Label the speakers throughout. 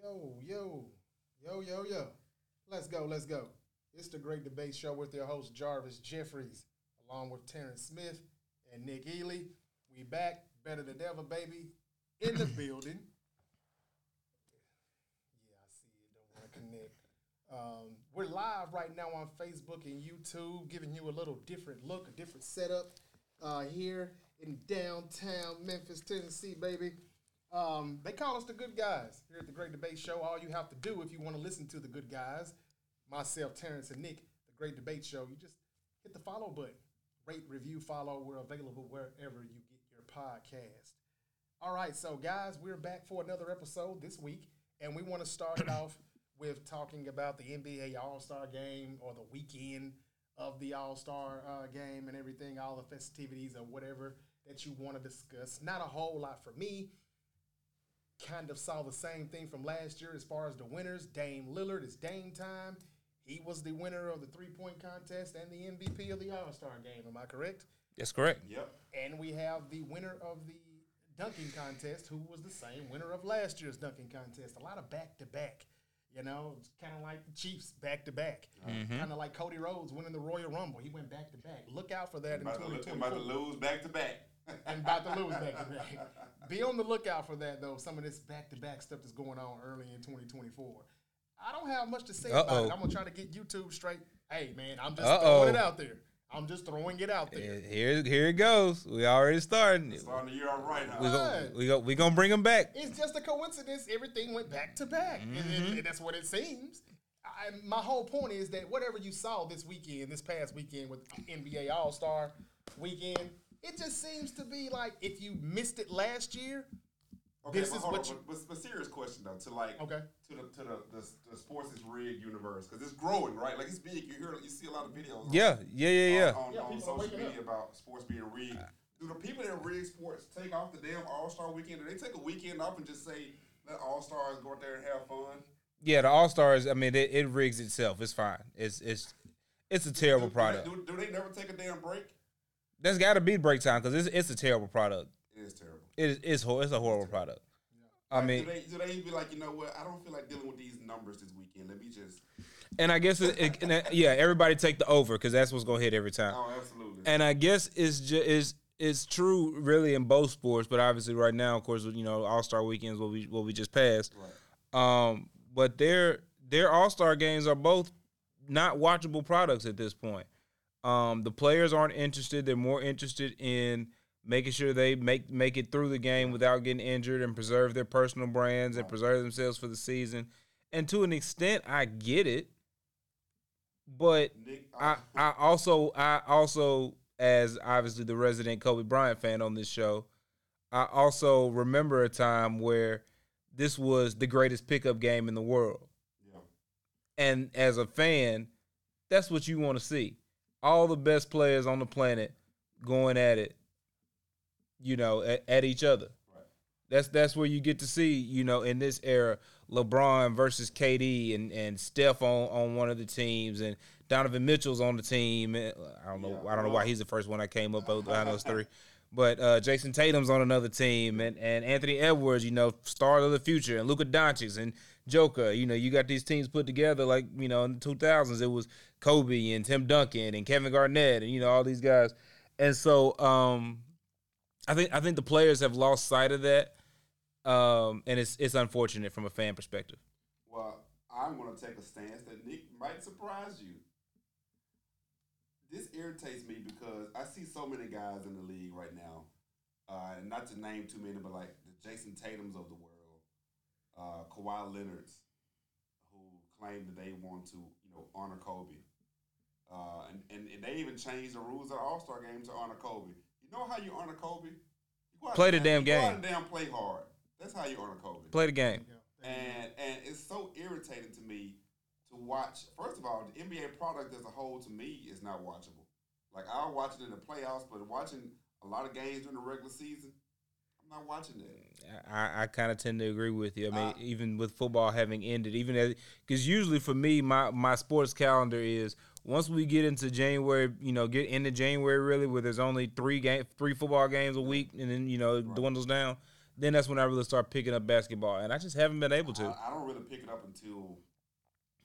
Speaker 1: Yo, yo, yo, yo, yo. Let's go, let's go. It's the Great Debate Show with your host Jarvis Jeffries, along with Terrence Smith and Nick Ely. We back, better than ever, baby, in the building. Yeah, I see it. Don't want to connect. Um, we're live right now on Facebook and YouTube, giving you a little different look, a different setup uh, here in downtown Memphis, Tennessee, baby. Um, they call us the good guys here at the Great Debate Show. All you have to do if you want to listen to the good guys, myself, Terrence, and Nick, the Great Debate Show, you just hit the follow button. Rate, review, follow. We're available wherever you get your podcast. All right, so guys, we're back for another episode this week, and we want to start it off with talking about the NBA All Star Game or the weekend of the All Star uh, Game and everything, all the festivities or whatever that you want to discuss. Not a whole lot for me. Kind of saw the same thing from last year as far as the winners. Dame Lillard is Dame time. He was the winner of the three point contest and the MVP of the All Star Game. Am I correct?
Speaker 2: That's correct.
Speaker 3: Yep.
Speaker 1: And we have the winner of the dunking contest, who was the same winner of last year's dunking contest. A lot of back to back. You know, it's kind of like the Chiefs back to back.
Speaker 2: Mm-hmm.
Speaker 1: Kind of like Cody Rhodes winning the Royal Rumble. He went back to back. Look out for that in
Speaker 3: About to, lo-
Speaker 1: 2024.
Speaker 3: about to lose back to back.
Speaker 1: and about to lose back to back. Be on the lookout for that though. Some of this back to back stuff that's going on early in 2024. I don't have much to say about
Speaker 2: Uh-oh.
Speaker 1: it. I'm gonna try to get YouTube straight. Hey man, I'm just
Speaker 2: Uh-oh.
Speaker 1: throwing it out there. I'm just throwing it out there.
Speaker 2: Eh, Here, here it goes. We already starting.
Speaker 3: Starting the year all right, huh?
Speaker 2: We gonna,
Speaker 1: Right.
Speaker 2: we gonna, we gonna bring them back.
Speaker 1: It's just a coincidence. Everything went back to back, And- and, and that's what it seems. I, my whole point is that whatever you saw this weekend, this past weekend with NBA All Star Weekend, it just seems to be like if you missed it last year,
Speaker 3: okay,
Speaker 1: this
Speaker 3: but
Speaker 1: is
Speaker 3: hold
Speaker 1: what
Speaker 3: on,
Speaker 1: you-
Speaker 3: but, but, but serious question though, to like,
Speaker 1: Okay.
Speaker 3: to the to the, the, the sports is rigged universe because it's growing, right? Like it's big. You hear, you see a lot of videos. on-
Speaker 2: Yeah, yeah, yeah, yeah.
Speaker 3: On, on,
Speaker 1: Yeah,
Speaker 3: on
Speaker 1: people are
Speaker 3: social
Speaker 1: waking
Speaker 3: media
Speaker 1: up.
Speaker 3: about sports being rigged. Do the people that rig sports take off the damn All Star weekend? Do they take a weekend off and just say let All Stars go out there and have fun?
Speaker 2: Yeah, the All Stars. I mean, it, it rigs itself. It's fine. It's it's it's a terrible
Speaker 3: Do-
Speaker 2: product.
Speaker 3: Do, do they never take a damn break?
Speaker 2: That's got to be break time because it's it's a terrible product.
Speaker 3: It is terrible.
Speaker 2: It is it's, hor- it's a horrible product. I mean,
Speaker 3: do they do they be like, you know what? I don't feel like dealing with these numbers this weekend. Let me just.
Speaker 2: and I guess it, it, and that- yeah, everybody take the over because that's what's gonna hit every time.
Speaker 3: Oh, absolutely.
Speaker 2: and I guess it's just it's it's true really in both sports, but obviously right now, of course, you know All Star weekends what we what we just passed. Um, but their their All Star games are both not watchable products at this point. Um, the players aren't interested; they're more interested in making sure they make make it through the game without getting injured and preserve their personal brands and preserve themselves for the season. And to an extent, I get it, but
Speaker 3: Nick,
Speaker 2: I, I also I also as obviously the resident Kobe Bryant fan on this show, I also remember a time where this was the greatest pickup game in the world.
Speaker 3: yeah.
Speaker 2: And as a fan, that's what you want to see. All the best players on the planet going at it, you know, at, at each other.
Speaker 3: Right.
Speaker 2: That's that's where you get to see, you know, in this era, LeBron versus KD and and Steph on, on one of the teams and Donovan Mitchell's on the team. And, uh, I don't know.
Speaker 3: Yeah,
Speaker 2: I don't know why
Speaker 3: well-
Speaker 2: he's the first one I came up with out of those three. But uh, Jason Tatum's on another team, and, and Anthony Edwards, you know, star of the future, and Luka Doncic and Joker. You know, you got these teams put together like you know in the two thousands. It was Kobe and Tim Duncan and Kevin Garnett, and you know all these guys. And so um, I think I think the players have lost sight of that, um, and it's it's unfortunate from a fan perspective.
Speaker 3: Well, I'm going to take a stance that Nick might surprise you. This irritates me because I see so many guys in the league right now, uh, and not to name too many, but like the Jason Tatum's of the world, uh, Kawhi Leonard's, who claim that they want to, you know, honor Kobe. Uh, and, and, and they even changed the rules of the All Star game to honor Kobe. You know how you honor Kobe? You go out
Speaker 2: Play the
Speaker 3: and-
Speaker 2: damn
Speaker 3: you go out
Speaker 2: game.
Speaker 3: and damn play hard. That's how you honor Kobe.
Speaker 2: Play the game.
Speaker 3: And and it's so irritating to me to watch. First of all, the NBA product as a whole to me is not watchable. Like I'll watch it in the playoffs, but watching a lot of games during the regular season, I'm not watching that.
Speaker 2: I, I kind of tend to agree with you. I mean,
Speaker 3: Uh,
Speaker 2: even with football having ended, even because usually for me, my my sports calendar is once we get into January, you know, get into January really, where there's only three game, three football games a week, and then you know it dwindles down. then that's when I really start picking up basketball, and I just haven't been able to.
Speaker 3: I, I don't really pick it up until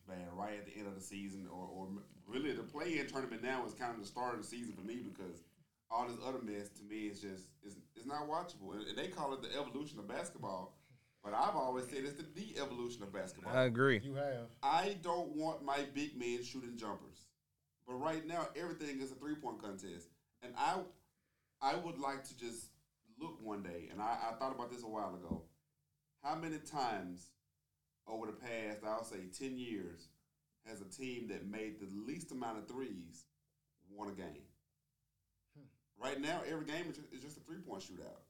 Speaker 3: man, right at the end of the season, or, or m- really the play-in tournament now is kind of the start of the season for me because all this other mess to me is just is it's not watchable. And, and they call it the evolution of basketball, but I've always said it's the de-evolution of basketball.
Speaker 2: I agree.
Speaker 1: You have.
Speaker 3: I don't want my big men shooting jumpers. But right now, everything is a three point contest. And I I would like to just look one day, and I, I thought about this a while ago. How many times over the past, I'll say 10 years, has a team that made the least amount of threes won a game? Right now, every game is just, is just a three point shootout.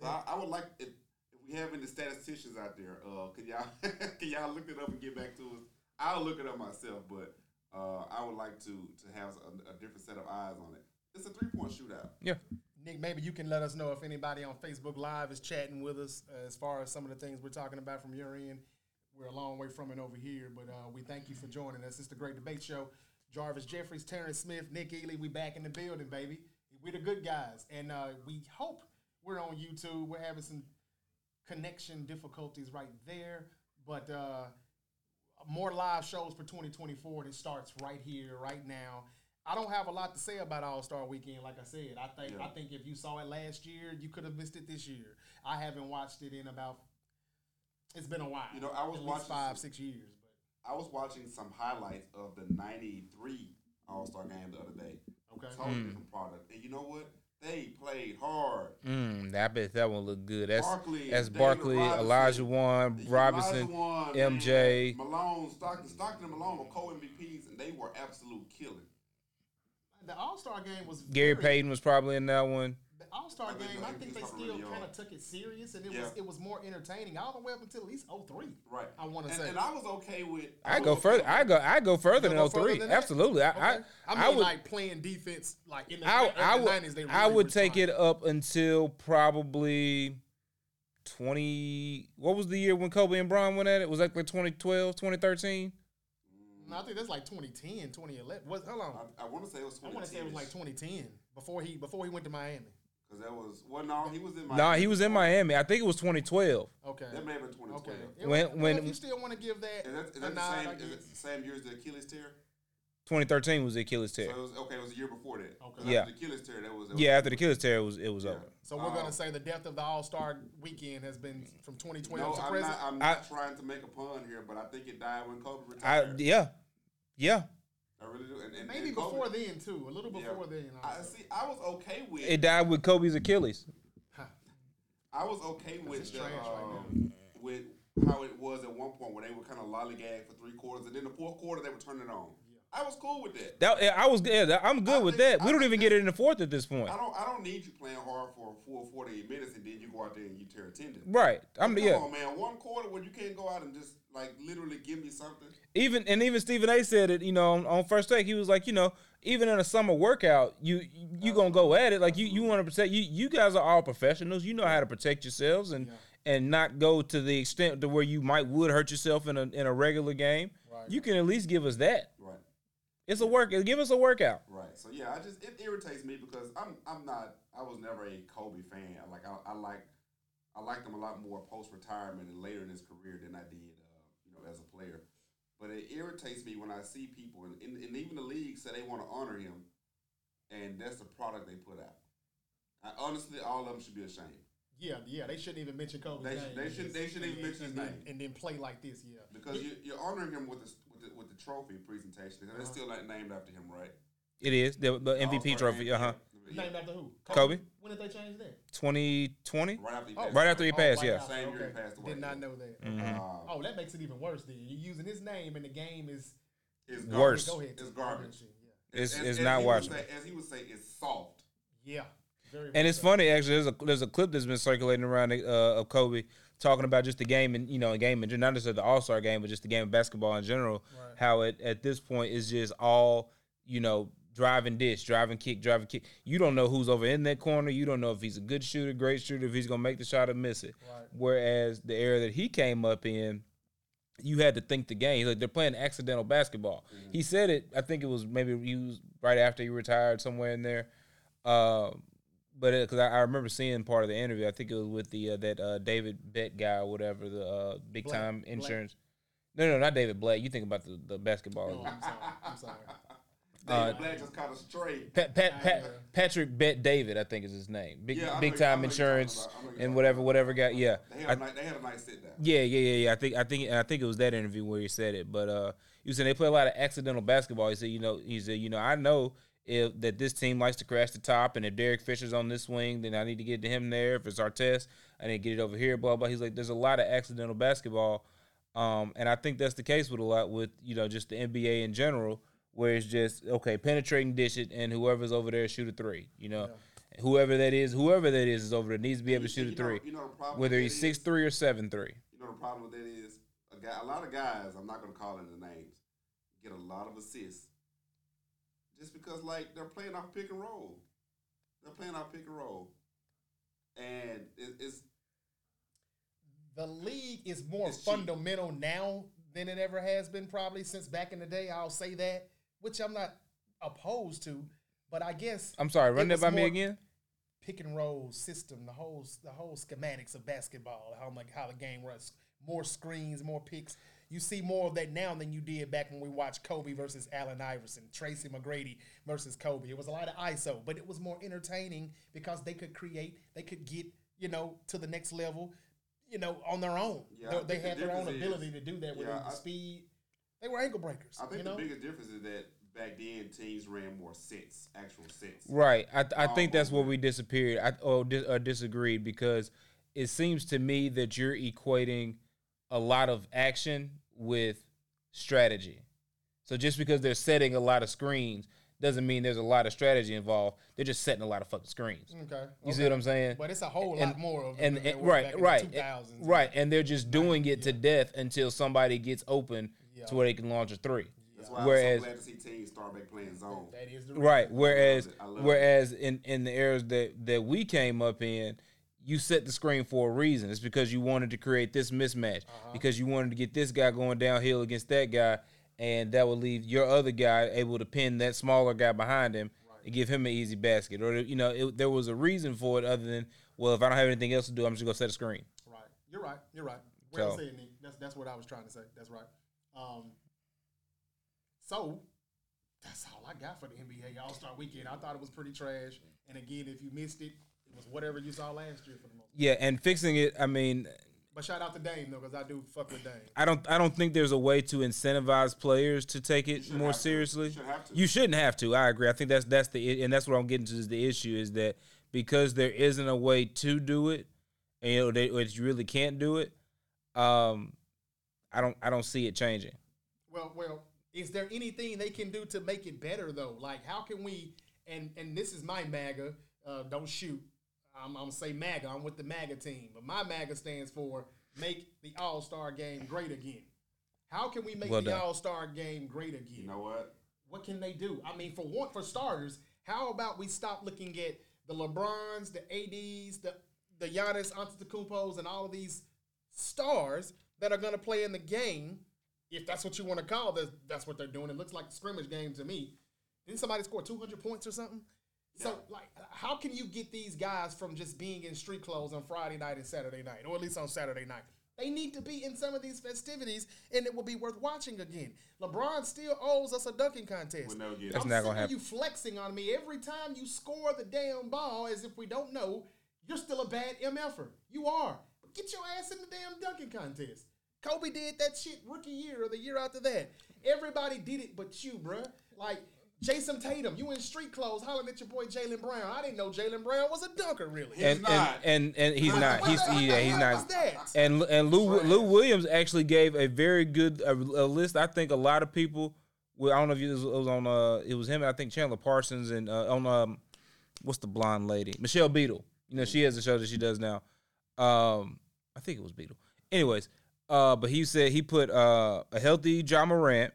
Speaker 3: So I, I would like if, if we have any statisticians out there, uh, can y'all can y'all look it up and get back to us? I'll look it up myself, but uh, I would like to to have a, a different set of eyes on it. It's a three point shootout.
Speaker 2: Yeah.
Speaker 1: Nick, maybe you can let us know if anybody on Facebook Live is chatting with us uh, as far as some of the things we're talking about from your end. We're a long way from it over here, but uh, we thank you for joining us. It's the Great Debate Show. Jarvis Jeffries, Terrence Smith, Nick Ely, we back in the building, baby. We're the good guys, and uh, we hope we're on YouTube. We're having some connection difficulties right there, but uh, more live shows for 2024 that starts right here, right now. I don't have a lot to say about All Star Weekend. Like I said, I think I think if you saw it last year, you could have missed it this year. I haven't watched it in about. It's been a while.
Speaker 3: You know, I was
Speaker 1: At least
Speaker 3: watching
Speaker 1: five,
Speaker 3: some-
Speaker 1: six years. But
Speaker 3: I was watching some highlights of the '93 All Star game the other day.
Speaker 1: Okay.
Speaker 3: totally
Speaker 2: Hmm.
Speaker 3: different product. And you know what? They played hard.
Speaker 2: Mm, I bet that one look good. That's
Speaker 3: Barkley,
Speaker 2: that's
Speaker 3: David
Speaker 2: Barkley,
Speaker 3: Robinson,
Speaker 2: Elijah One, Robinson,
Speaker 3: Olajuwon,
Speaker 2: MJ.
Speaker 3: man, Malone, Stockton, Stockton, and Malone were co-MVPs, and they were absolute killing.
Speaker 1: The All Star game was
Speaker 2: Gary
Speaker 1: very-
Speaker 2: Payton was probably in that one.
Speaker 1: The All Star
Speaker 3: I think
Speaker 1: game,
Speaker 3: that-
Speaker 1: I
Speaker 3: I
Speaker 1: think
Speaker 3: think
Speaker 1: they
Speaker 3: it's
Speaker 1: still
Speaker 3: probably
Speaker 1: kind
Speaker 3: all.
Speaker 1: of took it serious, and it was
Speaker 3: Yeah.
Speaker 1: it was more entertaining all the way up until at least 03.
Speaker 3: Right.
Speaker 1: I want to
Speaker 3: and,
Speaker 1: say.
Speaker 3: And I was okay with.
Speaker 2: I
Speaker 3: was
Speaker 2: go
Speaker 3: okay
Speaker 2: further.
Speaker 3: with-
Speaker 2: I go. I go further
Speaker 1: You'll
Speaker 2: than
Speaker 1: go
Speaker 2: 03.
Speaker 1: further than that?
Speaker 2: Absolutely. I,
Speaker 1: Okay.
Speaker 2: I,
Speaker 1: I mean,
Speaker 2: I would.
Speaker 1: like playing defense, like in the,
Speaker 2: I,
Speaker 1: in the
Speaker 2: I would.
Speaker 1: 90s, they really
Speaker 2: I would take
Speaker 1: responded.
Speaker 2: it up until probably 20. What was the year when Kobe and Bron went at it? Was that like 2012, 2013?
Speaker 1: No, I think that's like 2010, 2011. Was hold on,
Speaker 3: I, I want to say it was
Speaker 1: I
Speaker 3: 2010.
Speaker 1: want to say it was like 2010 before he before he went to Miami.
Speaker 3: Because that was well, no, he was in
Speaker 2: No,
Speaker 3: Miami.
Speaker 2: nah, he was in Miami. I think it was 2012.
Speaker 1: Okay,
Speaker 3: That may have been 2012.
Speaker 1: okay.
Speaker 3: Okay.
Speaker 1: It-
Speaker 2: When-
Speaker 1: well,
Speaker 2: when-
Speaker 1: if you still want to give that,
Speaker 3: Is that, is
Speaker 1: a
Speaker 3: that the
Speaker 1: nod,
Speaker 3: same?
Speaker 1: I
Speaker 3: Is
Speaker 1: guess.
Speaker 3: it the same year as the Achilles tear?
Speaker 2: 2013 was the Achilles
Speaker 3: So
Speaker 2: tear.
Speaker 3: it was okay. It was a year before that. 'Cause
Speaker 1: Okay.
Speaker 3: after
Speaker 2: Yeah.
Speaker 3: The Achilles tear. That was. That
Speaker 2: Yeah, after the Achilles tear, it was it was
Speaker 3: Yeah.
Speaker 2: over.
Speaker 1: So we're
Speaker 3: Uh,
Speaker 1: gonna say the death of the All Star weekend has been from 2012
Speaker 3: No,
Speaker 1: to
Speaker 3: I'm
Speaker 1: present.
Speaker 3: not. I'm
Speaker 2: I-
Speaker 3: not trying to make a pun here, but I think it died when Kobe
Speaker 2: I
Speaker 3: retired. I,
Speaker 2: yeah, yeah.
Speaker 3: really do. And, and
Speaker 1: Maybe
Speaker 3: and Kobe-
Speaker 1: before then too, a little before
Speaker 3: Yeah.
Speaker 1: then.
Speaker 3: I
Speaker 1: also.
Speaker 3: see. I was okay with.
Speaker 2: It died with Kobe's Achilles.
Speaker 3: I was okay with
Speaker 1: it's
Speaker 3: the,
Speaker 1: trash right now.
Speaker 3: um, with how it was at one point where they were kind of lollygag for three quarters, and then the fourth quarter they would turn it on. I was cool with that.
Speaker 2: That yeah, I was. Yeah, that- I'm good
Speaker 3: I
Speaker 2: with
Speaker 3: think-
Speaker 2: that. We
Speaker 3: I
Speaker 2: don't
Speaker 3: think
Speaker 2: even get it in the fourth at this point.
Speaker 3: I don't. I don't need you playing hard for a full forty-eight minutes, and then you go out there and you tear a tendon.
Speaker 2: Right. I'm
Speaker 3: Come
Speaker 2: yeah.
Speaker 3: on, man. One quarter where you can't go out and just like literally give me something.
Speaker 2: even and even Stephen A. said it. You know, on, on first take, he was like, you know, even in a summer workout, you you gonna go at it like you you want to protect. You you guys are all professionals. You know how to protect yourselves and and not go to the extent to where you might would hurt yourself in a in a regular game. You can at least give us that.
Speaker 3: Right.
Speaker 2: It's a work. Give us a workout.
Speaker 3: Right. So yeah, I just it irritates me because I'm I'm not I was never a Kobe fan. Like I, I like I liked him a lot more post retirement and later in his career than I did uh, you know as a player. But it irritates me when I see people and, and, and even the league say they want to honor him, and that's the product they put out. I, honestly, all of them should be ashamed.
Speaker 1: Yeah, yeah, they shouldn't even mention Kobe's
Speaker 3: They
Speaker 1: name.
Speaker 3: should- they
Speaker 1: and
Speaker 3: should-
Speaker 1: just-
Speaker 3: they shouldn't
Speaker 1: and-
Speaker 3: even
Speaker 1: and-
Speaker 3: mention his
Speaker 1: and then-
Speaker 3: name.
Speaker 1: And then play like this, yeah.
Speaker 3: Because you, you're honoring him with this with the, with the trophy presentation, and
Speaker 1: Uh-huh.
Speaker 3: it's still not named after him, right?
Speaker 2: It is the,
Speaker 3: Oh,
Speaker 2: the MVP
Speaker 3: All-Star
Speaker 2: trophy.
Speaker 3: game,
Speaker 2: Uh huh.
Speaker 3: yeah.
Speaker 1: Named after who?
Speaker 2: Kobe.
Speaker 1: When did they change that?
Speaker 2: Twenty twenty.
Speaker 3: Right after he
Speaker 1: Oh.
Speaker 3: passed.
Speaker 2: Right after he passed.
Speaker 1: my
Speaker 2: Yeah. Mm-hmm.
Speaker 1: God,
Speaker 3: Same year he passed away.
Speaker 1: Did not know that.
Speaker 3: Uh,
Speaker 1: Oh, that makes it even worse. Then you're using his name, and the game is
Speaker 3: it's
Speaker 2: Worse.
Speaker 1: Go
Speaker 3: garbage.
Speaker 1: ahead.
Speaker 3: It's
Speaker 1: Tim. Go ahead,
Speaker 3: garbage.
Speaker 1: Tim.
Speaker 2: It's
Speaker 3: As-
Speaker 2: it's
Speaker 3: as
Speaker 2: not
Speaker 3: he would
Speaker 2: watchable.
Speaker 3: say- As he would say, it's soft.
Speaker 1: Yeah. yeah. Very.
Speaker 2: And
Speaker 1: much
Speaker 2: it's
Speaker 1: so.
Speaker 2: funny actually. There's a there's a clip that's been circulating around uh, of Kobe talking about just the game and you know a game and not just at the All Star game, but just the game of basketball in general.
Speaker 1: Right.
Speaker 2: How it at this point is just all you know driving dish, driving kick, driving kick. You don't know who's over in that corner. You don't know if he's a good shooter, great shooter, if he's gonna make the shot or miss it.
Speaker 1: Right.
Speaker 2: Whereas the era that he came up in you had to think the game. He's like they're playing accidental basketball.
Speaker 1: Mm-hmm.
Speaker 2: He said it. I think it was maybe he was right after he retired somewhere in there. Uh, but because I, I remember seeing part of the interview, I think it was with the uh, that uh, David Bet guy or whatever, the uh, big
Speaker 1: Black-
Speaker 2: time
Speaker 1: Black.
Speaker 2: insurance. No, no, not David Black. You think about the, the
Speaker 1: No,
Speaker 2: basketball.
Speaker 1: Oh, I'm sorry. I'm sorry.
Speaker 2: Uh,
Speaker 3: David Black just caught a straight.
Speaker 2: Pat, Pat,
Speaker 1: I,
Speaker 2: Pat,
Speaker 1: uh,
Speaker 2: Patrick Bet David, I think is his name. Big
Speaker 3: Yeah, I know
Speaker 2: big
Speaker 3: you- I know
Speaker 2: time
Speaker 3: you're
Speaker 2: insurance
Speaker 3: talking about- I know you're
Speaker 2: and
Speaker 3: talking
Speaker 2: whatever whatever guy. Yeah,
Speaker 3: They had,
Speaker 2: I
Speaker 3: a night, they had a nice sit down.
Speaker 2: Yeah, yeah, yeah, yeah. I think I think and I think it was that interview where he said it. But uh you said they play a lot of accidental basketball. He said, you know, he said, you know, I know if that this team likes to crash the top and if Derek Fisher's on this wing, then I need to get to him there. If it's Artest, I need to get it over here, blah blah. He's like, There's a lot of accidental basketball. Um, and I think that's the case with a lot with, you know, just the NBA in general, where it's just, okay, penetrating dish it and whoever's over there shoot a three, you know. Whoever that is, whoever that is is over there needs to be able to
Speaker 3: And
Speaker 2: shoot a
Speaker 3: you know-
Speaker 2: three.
Speaker 3: you know the problem
Speaker 2: Whether
Speaker 3: with
Speaker 2: he's
Speaker 3: that
Speaker 2: six
Speaker 3: is-
Speaker 2: three or seven three.
Speaker 3: You know the problem with that is a guy, a lot of guys. I'm not gonna call in the names. Get a lot of assists just because like they're playing off pick and roll. They're playing off pick and roll, and it, it's
Speaker 1: The league is more
Speaker 3: It's cheap.
Speaker 1: fundamental now than it ever has been, probably since back in the day. I'll say that, which I'm not opposed to, but I guess
Speaker 2: I'm sorry, run
Speaker 1: It
Speaker 2: that
Speaker 1: was
Speaker 2: by me
Speaker 1: more-
Speaker 2: again.
Speaker 1: pick and roll system, the whole the whole schematics of basketball, how like how the game runs, more screens, more picks. You see more of that now than you did back when we watched Kobe versus Allen Iverson, Tracy McGrady versus Kobe. It was a lot of ISO, but it was more entertaining because they could create, they could get you know to the next level, you know, on their own.
Speaker 3: Yeah, I
Speaker 1: They-
Speaker 3: think
Speaker 1: they,
Speaker 3: the
Speaker 1: had their own
Speaker 3: difference is-
Speaker 1: ability to do that with
Speaker 3: Yeah,
Speaker 1: the
Speaker 3: I-
Speaker 1: speed. They were ankle breakers.
Speaker 3: I think
Speaker 1: you know?
Speaker 3: the biggest difference is that back then teams ran more sets, actual sets.
Speaker 2: Right. I, I think
Speaker 3: Oh,
Speaker 2: that's where
Speaker 3: okay.
Speaker 2: we disappeared. I or, dis, or disagreed because it seems to me that you're equating a lot of action with strategy. So just because they're setting a lot of screens doesn't mean there's a lot of strategy involved. They're just setting a lot of fucking screens. You
Speaker 1: okay,
Speaker 2: see
Speaker 1: okay.
Speaker 2: what I'm saying?
Speaker 1: But it's a whole lot more of it
Speaker 2: and,
Speaker 1: than there
Speaker 2: and-
Speaker 1: was back
Speaker 2: right,
Speaker 1: in the
Speaker 2: right,
Speaker 1: 2000s.
Speaker 2: right, and they're just doing it to death until somebody gets open
Speaker 1: Yeah.
Speaker 2: to where they can launch a three.
Speaker 3: That's why
Speaker 2: Whereas-
Speaker 3: I'm so glad to see teams start back playing zone.
Speaker 1: That is the
Speaker 2: Right. Whereas
Speaker 3: it. I love it.
Speaker 2: whereas in, in the eras that, that we came up in, you set the screen for a reason. It's because you wanted to create this mismatch.
Speaker 3: Uh-huh.
Speaker 2: Because you wanted to get this guy going downhill against that guy, and that would leave your other guy able to pin that smaller guy behind him and give him an easy basket. Or you know, it, there was a reason for it other than well, if I don't have anything else to do, I'm just gonna set a screen.
Speaker 1: Right. You're right. You're right. Well
Speaker 2: So-
Speaker 1: said, Nick. That's that's what I was trying to say. That's right. Um, so that's all I got for the NBA All Star Weekend. I thought it was pretty trash. And again, if you missed it, it was whatever you saw last year for the most.
Speaker 2: Yeah, and fixing it. I mean,
Speaker 1: But shout out to Dame though, because I do fuck with Dame.
Speaker 2: I don't I don't think there's a way to incentivize players to take it
Speaker 3: shouldn't
Speaker 2: more
Speaker 3: have to.
Speaker 2: seriously.
Speaker 3: You shouldn't have to.
Speaker 2: You shouldn't have to. I agree. I think that's that's the and that's what I'm getting to is the issue is that because there isn't a way to do it, and you know, they, or you really can't do it. Um, I don't I don't see it changing.
Speaker 1: Well, well, is there anything they can do to make it better though? Like, how can we? And and this is my MAGA. Uh, don't shoot. I'm, I'm gonna say MAGA. I'm with the MAGA team, but my MAGA stands for make the All Star Game great again. How can we make
Speaker 2: Well
Speaker 1: the
Speaker 2: done.
Speaker 1: All Star Game great again?
Speaker 3: You know what?
Speaker 1: what can they do? I mean, for one, for starters, how about we stop looking at the LeBrons, the ADs, the the Giannis Antetokounmpos, and all of these stars that are going to play in the game, if that's what you want to call this. That's what they're doing. It looks like a scrimmage game to me. Didn't somebody score two hundred points or something? So, like, how can you get these guys from just being in street clothes on Friday night and Saturday night, or at least on Saturday night? They need to be in some of these festivities, and it will be worth watching again. LeBron still owes us a dunking contest.
Speaker 3: We'll never get it.
Speaker 2: That's
Speaker 1: I'm
Speaker 2: not
Speaker 1: sick
Speaker 2: gonna
Speaker 1: of You flexing on me every time you score the damn ball, as if we don't know you're still a bad mf'er. You are. But get your ass in the damn dunking contest. Kobe did that shit rookie year or the year after that. Everybody did it, but you, bruh. Like Jason Tatum, you in street clothes hollering at your boy Jalen Brown. I didn't know Jalen Brown was a dunker, really.
Speaker 3: He's
Speaker 2: and,
Speaker 3: not.
Speaker 2: and and and he's not.
Speaker 1: What
Speaker 2: He's
Speaker 1: the
Speaker 2: he, yeah, he's
Speaker 1: hell was
Speaker 2: not.
Speaker 1: that?
Speaker 2: And and Lou Lou Williams actually gave a very good a, a list. I think a lot of people. Well, I don't know if it was, it was on. Uh, it was him. and I think Chandler Parsons and uh, on um, what's the blonde lady? Michelle Beadle. You know, she has a show that she does now. Um, I think it was Beadle. Anyways, uh, but he said he put uh a healthy John Morant,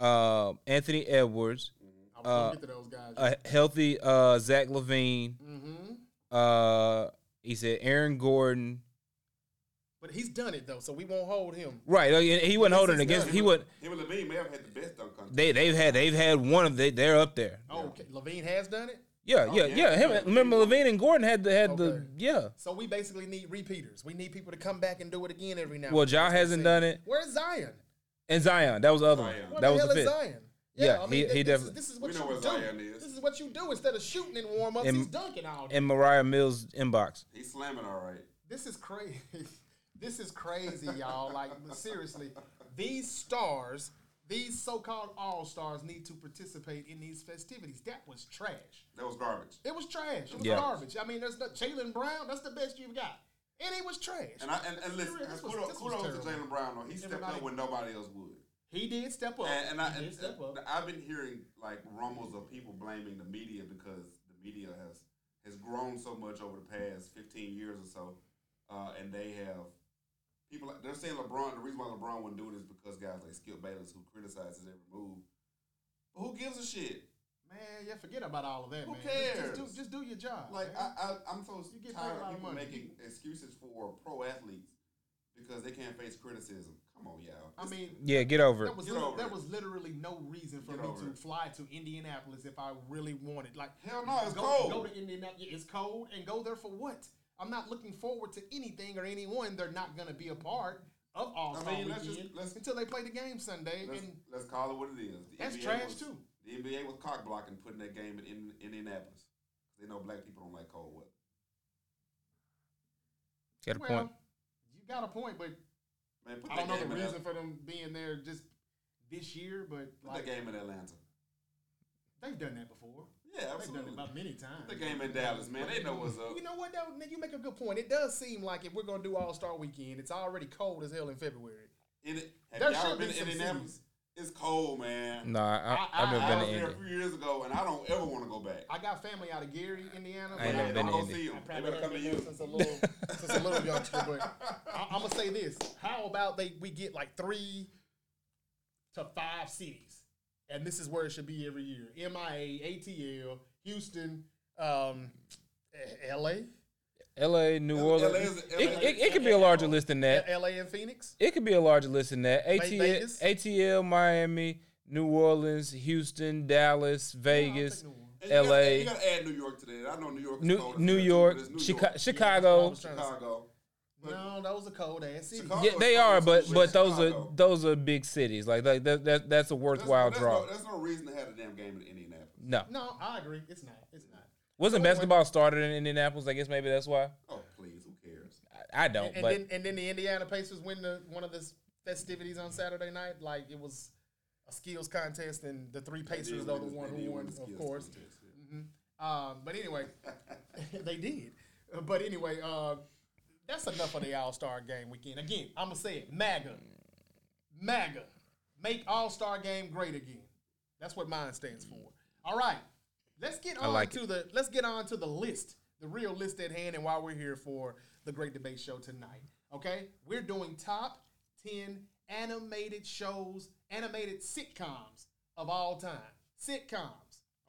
Speaker 2: uh, Anthony Edwards,
Speaker 1: I was gonna get to those guys.
Speaker 2: a healthy uh Zach Levine.
Speaker 1: mm-hmm.
Speaker 2: Uh, he said Aaron Gordon.
Speaker 1: But he's done it though, so we won't hold him.
Speaker 2: Right, like, and he wasn't holding it against. He would.
Speaker 3: Him and Levine may have had the best dunk contest.
Speaker 2: They they've had they've had one of they they're up there.
Speaker 1: Oh, okay. Levine has done it.
Speaker 2: Yeah,
Speaker 3: Oh,
Speaker 2: yeah,
Speaker 3: yeah.
Speaker 2: yeah. Him, remember Levine and Gordon had the had the
Speaker 1: Okay.
Speaker 2: yeah.
Speaker 1: So we basically need repeaters. We need people to come back and do it again every now.
Speaker 2: Well,
Speaker 1: and then.
Speaker 2: Ja hasn't done it,
Speaker 1: Where's Zion?
Speaker 2: and Zion. That was the other
Speaker 3: Zion.
Speaker 2: one.
Speaker 1: What
Speaker 2: that
Speaker 1: the
Speaker 2: was
Speaker 1: hell
Speaker 2: the
Speaker 1: is
Speaker 2: fifth.
Speaker 1: Zion?
Speaker 2: Yeah, he- he
Speaker 1: this
Speaker 2: definitely-
Speaker 1: Is, this is what
Speaker 3: We
Speaker 1: you
Speaker 3: know what
Speaker 1: do.
Speaker 3: Zion is.
Speaker 1: This is what you do instead of shooting in warm ups.
Speaker 2: And-
Speaker 1: He's dunking all day.
Speaker 2: In Mariah Mills' inbox.
Speaker 3: He's slamming all right.
Speaker 1: this is crazy. this is crazy, y'all. Like but seriously, these stars, these so-called all stars, need to participate in these festivities. That was trash.
Speaker 3: That was garbage.
Speaker 1: It was trash. It was
Speaker 2: Yeah.
Speaker 1: garbage. I mean, there's no, Jalen Brown. That's the best you've got, and it was trash.
Speaker 3: And I and, and listen,
Speaker 1: This was-
Speaker 3: kudos,
Speaker 1: this was
Speaker 3: kudos to
Speaker 1: terrible.
Speaker 3: Jalen Brown. though. He stepped
Speaker 1: Everybody-
Speaker 3: up when nobody else would.
Speaker 1: he did step up.
Speaker 3: And, and I,
Speaker 1: he
Speaker 3: and,
Speaker 1: did step up.
Speaker 3: and I've been hearing like rumbles of people blaming the media because the media has has grown so much over the past fifteen years or so, uh, and they have people. They're saying LeBron. The reason why LeBron wouldn't do it is because guys like Skip Bayless who criticizes every move. But who gives a shit?
Speaker 1: Man, yeah, forget about all of that,
Speaker 3: Who
Speaker 1: man. Just- Just,
Speaker 3: cares?
Speaker 1: do, just do your job.
Speaker 3: Like
Speaker 1: man.
Speaker 3: I, I I'm so
Speaker 1: You get paid a lot
Speaker 3: tired of
Speaker 1: of
Speaker 3: people
Speaker 1: money.
Speaker 3: making excuses for pro athletes because they can't face criticism. Come on, y'all.
Speaker 1: I, mean,
Speaker 2: Yeah, get over it.
Speaker 1: that was
Speaker 3: Get
Speaker 1: lit-
Speaker 3: over
Speaker 1: there
Speaker 3: it.
Speaker 1: was literally no reason for
Speaker 3: Get
Speaker 1: me
Speaker 3: over
Speaker 1: to
Speaker 3: it.
Speaker 1: fly to Indianapolis if I really wanted. Like
Speaker 3: Hell no, it's
Speaker 1: go,
Speaker 3: cold.
Speaker 1: Go to Indianapolis. It's cold, and go there for what? I'm not looking forward to anything or anyone. They're not going to be a part of all
Speaker 3: I
Speaker 1: I
Speaker 3: mean, let's just- let's-
Speaker 1: until they play the game Sunday.
Speaker 3: Let's,
Speaker 1: and
Speaker 3: let's call it what it is. The
Speaker 1: That's
Speaker 3: NBA
Speaker 1: trash,
Speaker 3: was,
Speaker 1: too.
Speaker 3: The NBA was cock blocking putting that game in, in Indianapolis. They know black people don't like cold weather.
Speaker 2: Got a
Speaker 1: well,
Speaker 2: point.
Speaker 1: you got a point, but
Speaker 3: Man, put
Speaker 1: I don't
Speaker 3: that
Speaker 1: know
Speaker 3: game
Speaker 1: the
Speaker 3: in
Speaker 1: reason
Speaker 3: Atlanta.
Speaker 1: for them being there just this year. But
Speaker 3: Put
Speaker 1: like
Speaker 3: that game in Atlanta.
Speaker 1: they've done that before.
Speaker 3: Yeah,
Speaker 1: They've done it
Speaker 3: absolutely.
Speaker 1: about
Speaker 3: Put
Speaker 1: many times.
Speaker 3: that game in Dallas, man. They know what's up.
Speaker 1: You know what though? Nick, You make a good point. It does seem like if we're gonna do All Star Weekend, it's already cold as hell in February.
Speaker 3: In it, have
Speaker 1: There
Speaker 3: y'all
Speaker 1: should be
Speaker 3: been to
Speaker 1: some
Speaker 3: Indianapolis? It's cold, man.
Speaker 2: Nah, I,
Speaker 1: I-
Speaker 2: I, have
Speaker 1: I-
Speaker 2: never
Speaker 3: I
Speaker 2: been
Speaker 3: was
Speaker 2: to
Speaker 3: there
Speaker 2: Indy.
Speaker 3: a few years ago, and I don't ever want to go back.
Speaker 1: I got family out of Gary, Indiana.
Speaker 2: I
Speaker 1: but
Speaker 2: ain't never been
Speaker 3: don't
Speaker 2: to
Speaker 3: go
Speaker 2: Indy.
Speaker 3: see
Speaker 1: I
Speaker 3: 'em. They
Speaker 1: probably
Speaker 3: better come to
Speaker 1: ain't
Speaker 3: you.
Speaker 1: been since a little since a little youngster. But I, am gonna say this: How about they we get like three to five cities, and this is where it should be every year: MIA, ATL, Houston, um, eh, LA,
Speaker 2: L.A., New Orleans.
Speaker 3: LA is-
Speaker 2: it,
Speaker 3: LA
Speaker 2: it, it could be a larger list than that.
Speaker 1: LA and Phoenix.
Speaker 2: It could be a larger list than that.
Speaker 1: Vegas?
Speaker 2: ATL, ATL, Miami, New Orleans, Houston, Dallas, Vegas,
Speaker 1: New Orleans.
Speaker 3: And you gotta-
Speaker 2: L.A.,
Speaker 3: You got to add New York to that. I know New York is
Speaker 2: New,
Speaker 3: cold.
Speaker 2: New
Speaker 3: It's
Speaker 2: York,
Speaker 3: New
Speaker 2: Chica-
Speaker 1: Yeah, I
Speaker 2: Chicago.
Speaker 1: was trying to-
Speaker 3: Chicago.
Speaker 1: No, that was a cold ass city.
Speaker 3: Chicago
Speaker 2: Yeah,
Speaker 3: is
Speaker 2: they
Speaker 3: cold
Speaker 2: are,
Speaker 3: too,
Speaker 2: but but those are
Speaker 3: Chicago.
Speaker 2: those are big cities. Like like that, that that's a
Speaker 3: There's-
Speaker 2: worthwhile
Speaker 3: there's
Speaker 2: draw.
Speaker 3: No, there's no reason to have a damn game in Indianapolis.
Speaker 2: No,
Speaker 1: No, I agree. It's not. It's not.
Speaker 2: wasn't basketball started in Indianapolis? I guess maybe that's why.
Speaker 3: Oh, please, who cares?
Speaker 2: I, I don't,
Speaker 1: And, and
Speaker 2: but
Speaker 1: then and then the Indiana Pacers win the one of the s- festivities on Saturday night. Like it was a skills contest, and the three Pacers
Speaker 3: They
Speaker 1: are the
Speaker 3: did win
Speaker 1: one
Speaker 3: this- they
Speaker 1: who
Speaker 3: did
Speaker 1: won,
Speaker 3: win this
Speaker 1: of
Speaker 3: skills
Speaker 1: course.
Speaker 3: contest, yeah.
Speaker 1: Um, but anyway, they did. Uh, But anyway, uh, that's enough of the All Star Game weekend. Again, I'm gonna say it. MAGA, MAGA, make All Star Game great again. That's what mine stands for. All right, let's get on
Speaker 2: like
Speaker 1: to the let's get on to the list, the real list at hand, and why we're here for the Great Debate Show tonight. Okay, we're doing top ten animated shows, animated sitcoms of all time. Sitcoms.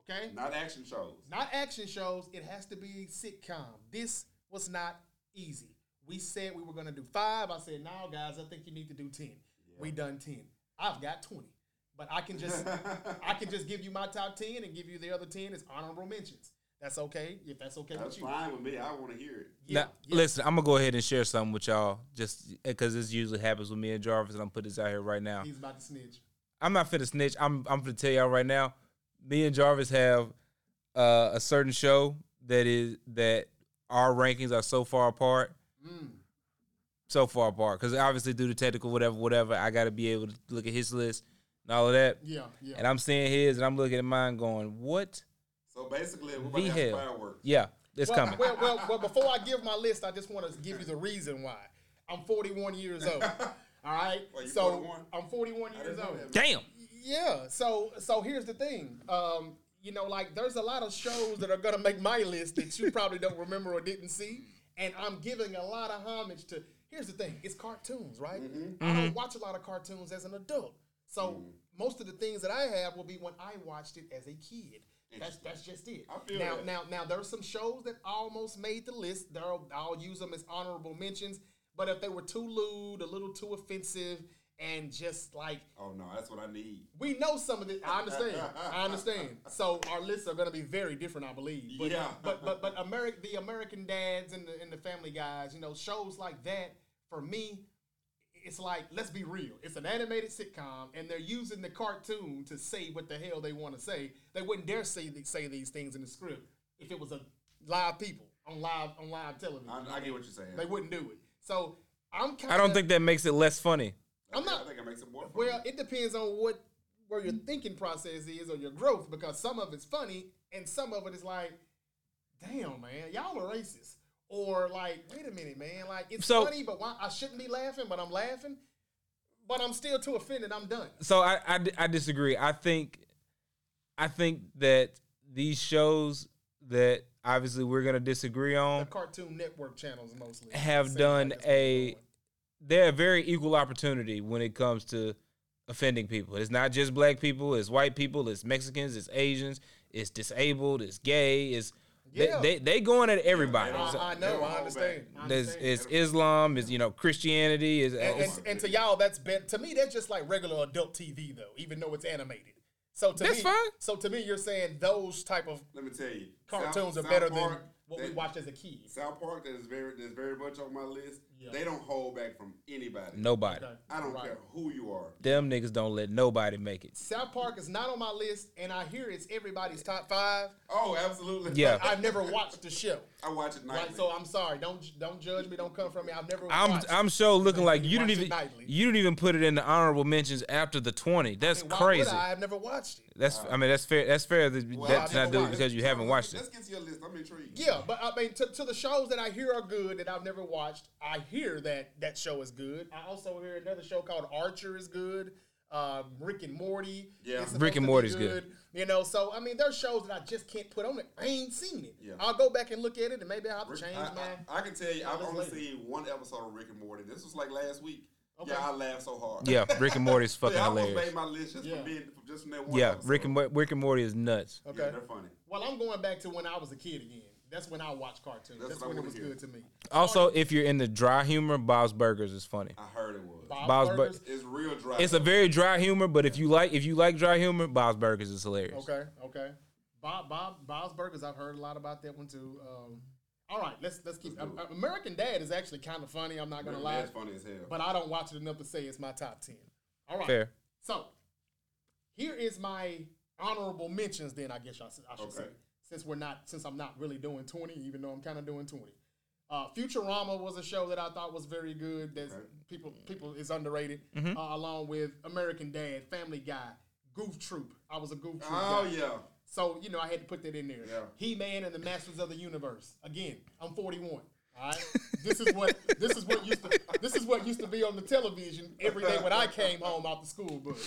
Speaker 1: Okay.
Speaker 3: Not action shows.
Speaker 1: Not action shows. It has to be sitcom. This was not easy. We said we were going to do five. I said, now, guys, I think you need to do ten. We done ten. I've got twenty, but I can just I can just give you my top ten and give you the other ten as honorable mentions. That's okay if that's okay
Speaker 3: That's
Speaker 1: with you.
Speaker 3: fine with me. I want to hear it.
Speaker 1: Yeah,
Speaker 2: Now,
Speaker 1: yeah.
Speaker 2: listen, I'm gonna go ahead and share something with y'all, just because this usually happens with me and Jarvis, and I'm putting this out here right now.
Speaker 1: He's about to snitch.
Speaker 2: I'm not finna snitch. I'm I'm finna tell y'all right now. Me and Jarvis have uh, a certain show that is that our rankings are so far apart,
Speaker 1: Mm.
Speaker 2: so far apart. Because obviously, through the technical whatever, whatever, I got to be able to look at his list and all of that.
Speaker 1: Yeah, yeah.
Speaker 2: And I'm seeing his, and I'm looking at mine, going, "What?
Speaker 3: So basically, we're
Speaker 2: The
Speaker 3: going to have
Speaker 2: hell?
Speaker 3: fireworks.
Speaker 2: Yeah, it's
Speaker 1: well,
Speaker 2: coming."
Speaker 1: Well, well, well, before I give my list, I just want to give you the reason why. I'm 41 years old. All right.
Speaker 3: Well, you
Speaker 1: so
Speaker 3: 41?
Speaker 1: I'm 41 years
Speaker 3: didn't know
Speaker 1: old.
Speaker 3: that.
Speaker 2: Damn.
Speaker 1: Yeah. So so here's the thing. Um, you know, like there's a lot of shows that are gonna make my list that you probably don't remember or didn't see, and I'm giving a lot of homage to. Here's the thing: it's cartoons, right?
Speaker 3: Mm-hmm.
Speaker 1: I don't watch a lot of cartoons as an adult, so most of the things that I have will be when I watched it as a kid. That's that's just it.
Speaker 3: I feel
Speaker 1: now
Speaker 3: that.
Speaker 1: now now there's some shows that almost made the list. There I'll use them as honorable mentions, but if they were too lewd, a little too offensive, and just like
Speaker 3: Oh no, that's what I need.
Speaker 1: we know some of this. I understand. I understand. So our lists are going to be very different, I believe. But,
Speaker 3: Yeah.
Speaker 1: But but but America, the American Dads and the and the Family Guys, you know, shows like that for me, it's like let's be real. It's an animated sitcom, and they're using the cartoon to say what the hell they want to say. They wouldn't dare say say these things in the script if it was a live people on live on live television.
Speaker 3: I, I get what you're saying.
Speaker 1: they wouldn't do it. So I'm kind.
Speaker 2: I don't think that makes it less funny.
Speaker 1: I'm not-
Speaker 3: I think it makes it more. fun.
Speaker 1: Well, it depends on what where your thinking process is or your growth, because some of it's funny and some of it is like, damn man, y'all are racist. Or like, wait a minute, man, like it's
Speaker 2: So-
Speaker 1: funny, but why I shouldn't be laughing, but I'm laughing. But I'm still too offended, I'm done.
Speaker 2: So I, I di- I disagree. I think I think that these shows that obviously we're gonna disagree
Speaker 1: The
Speaker 2: on
Speaker 1: Cartoon Network channels mostly
Speaker 2: Have
Speaker 1: Seems
Speaker 2: done
Speaker 1: that's what they're
Speaker 2: a-
Speaker 1: doing.
Speaker 2: they're a very equal opportunity when it comes to offending people. It's not just black people, it's white people, it's Mexicans, it's Asians, it's disabled, it's gay, it's
Speaker 1: Yeah.
Speaker 2: they, they they going at everybody.
Speaker 3: Yeah,
Speaker 1: I,
Speaker 2: So
Speaker 1: I
Speaker 3: They
Speaker 1: know,
Speaker 3: were
Speaker 1: I
Speaker 3: all
Speaker 1: understand.
Speaker 3: bad.
Speaker 1: I
Speaker 2: there's
Speaker 1: understand.
Speaker 2: it's Islam, is you know, Christianity, is
Speaker 1: and, and, and to y'all, that's been to me. That's just like regular adult TV, though, even though it's animated. So to
Speaker 2: That's
Speaker 1: me,
Speaker 2: fine.
Speaker 1: so to me, you're saying those type of
Speaker 3: Let me tell you,
Speaker 1: cartoons
Speaker 3: South-
Speaker 1: are better
Speaker 3: South
Speaker 1: than
Speaker 3: Park,
Speaker 1: what we
Speaker 3: they-
Speaker 1: watched as a kid.
Speaker 3: South Park that is very that's very much on my list.
Speaker 1: Yeah.
Speaker 3: They don't hold back from anybody.
Speaker 2: nobody.
Speaker 1: Okay,
Speaker 3: I don't
Speaker 1: right.
Speaker 3: care who you are.
Speaker 2: Them niggas don't let nobody make it.
Speaker 1: South Park is not on my list, and I hear it's everybody's top five.
Speaker 3: Oh, absolutely.
Speaker 2: Yeah.
Speaker 1: I've never watched the show,
Speaker 3: I watch it nightly.
Speaker 1: like so. I'm sorry. Don't don't judge me. Don't come from me. I've never.
Speaker 2: I'm
Speaker 1: watched.
Speaker 2: I'm so looking like you didn't
Speaker 1: Watch it
Speaker 2: even
Speaker 1: nightly.
Speaker 2: you didn't even put it in the honorable mentions after the twenty. That's
Speaker 1: Why would
Speaker 2: crazy.
Speaker 1: I? have never watched it.
Speaker 2: That's I mean that's fair. That's fair. That,
Speaker 3: Well,
Speaker 2: that's
Speaker 1: I never
Speaker 2: not do it
Speaker 1: watched it.
Speaker 2: because you haven't watched
Speaker 3: Let's
Speaker 2: it.
Speaker 3: get to your list. I'm intrigued.
Speaker 1: Yeah, but I mean, to, to the shows that I hear are good that I've never watched. I hear that that show is good. I also hear another show called Archer is good. Um, Rick and Morty.
Speaker 3: Yeah.
Speaker 1: is supposed
Speaker 2: Rick and
Speaker 1: to be
Speaker 2: Morty's good.
Speaker 1: You know, so I mean, there's shows that I just can't put on it. I ain't seen it.
Speaker 3: Yeah.
Speaker 1: I'll go back and look at it, and maybe I'll have to
Speaker 3: Rick-
Speaker 1: change
Speaker 3: I,
Speaker 1: my.
Speaker 3: I, I can tell you, I've
Speaker 1: Let's
Speaker 3: only
Speaker 1: later.
Speaker 3: seen one episode of Rick and Morty. This was like last week.
Speaker 1: Okay.
Speaker 3: Yeah, I laughed so hard.
Speaker 2: Yeah, Rick and Morty's fucking
Speaker 3: yeah, I almost
Speaker 2: hilarious.
Speaker 3: made my list just
Speaker 1: Yeah.
Speaker 3: from being from just from that one.
Speaker 2: Yeah,
Speaker 3: episode.
Speaker 2: Rick and Mor- Rick and Morty is nuts.
Speaker 1: Okay.
Speaker 3: Yeah, they're funny.
Speaker 1: Well, I'm going back to when I was a kid again. That's when I watched cartoons.
Speaker 3: That's
Speaker 1: That's,
Speaker 3: what I
Speaker 1: when it
Speaker 3: wanna
Speaker 1: was
Speaker 3: hear.
Speaker 1: good to me.
Speaker 2: Also, if you're in the dry humor, Bob's Burgers is funny.
Speaker 3: I heard it was.
Speaker 1: Bob
Speaker 2: Bob's
Speaker 1: Burgers.
Speaker 3: It's real dry.
Speaker 2: It's a very dry humor, but if you like if you like dry humor, Bob's Burgers is hilarious.
Speaker 1: Okay, okay. Bob Bob Bob's Burgers. I've heard a lot about that one too. Um, all right, let's let's keep.
Speaker 3: Let's do
Speaker 1: uh, American Dad is actually kind of funny. I'm not gonna
Speaker 3: Rick
Speaker 1: lie,
Speaker 3: Man's funny as hell.
Speaker 1: but I don't watch it enough to say it's my top ten. All right.
Speaker 2: Fair.
Speaker 1: So here is my honorable mentions. Then I guess I, s- I should
Speaker 3: Okay.
Speaker 1: say since we're not since I'm not really doing twenty, even though I'm kind of doing twenty. Uh, Futurama was a show that I thought was very good. That
Speaker 3: Okay. Mm-hmm.
Speaker 1: people people is underrated. Uh, along with American Dad, Family Guy, Goof Troop. I was a Goof Troop.
Speaker 3: oh
Speaker 1: guy.
Speaker 3: yeah.
Speaker 1: So you know, I had to put that in there.
Speaker 3: Yeah.
Speaker 1: He Man and the Masters of the Universe. Again, I'm 41. All right, this is what this is what used to this is what used to be on the television every day when I came home out the school book.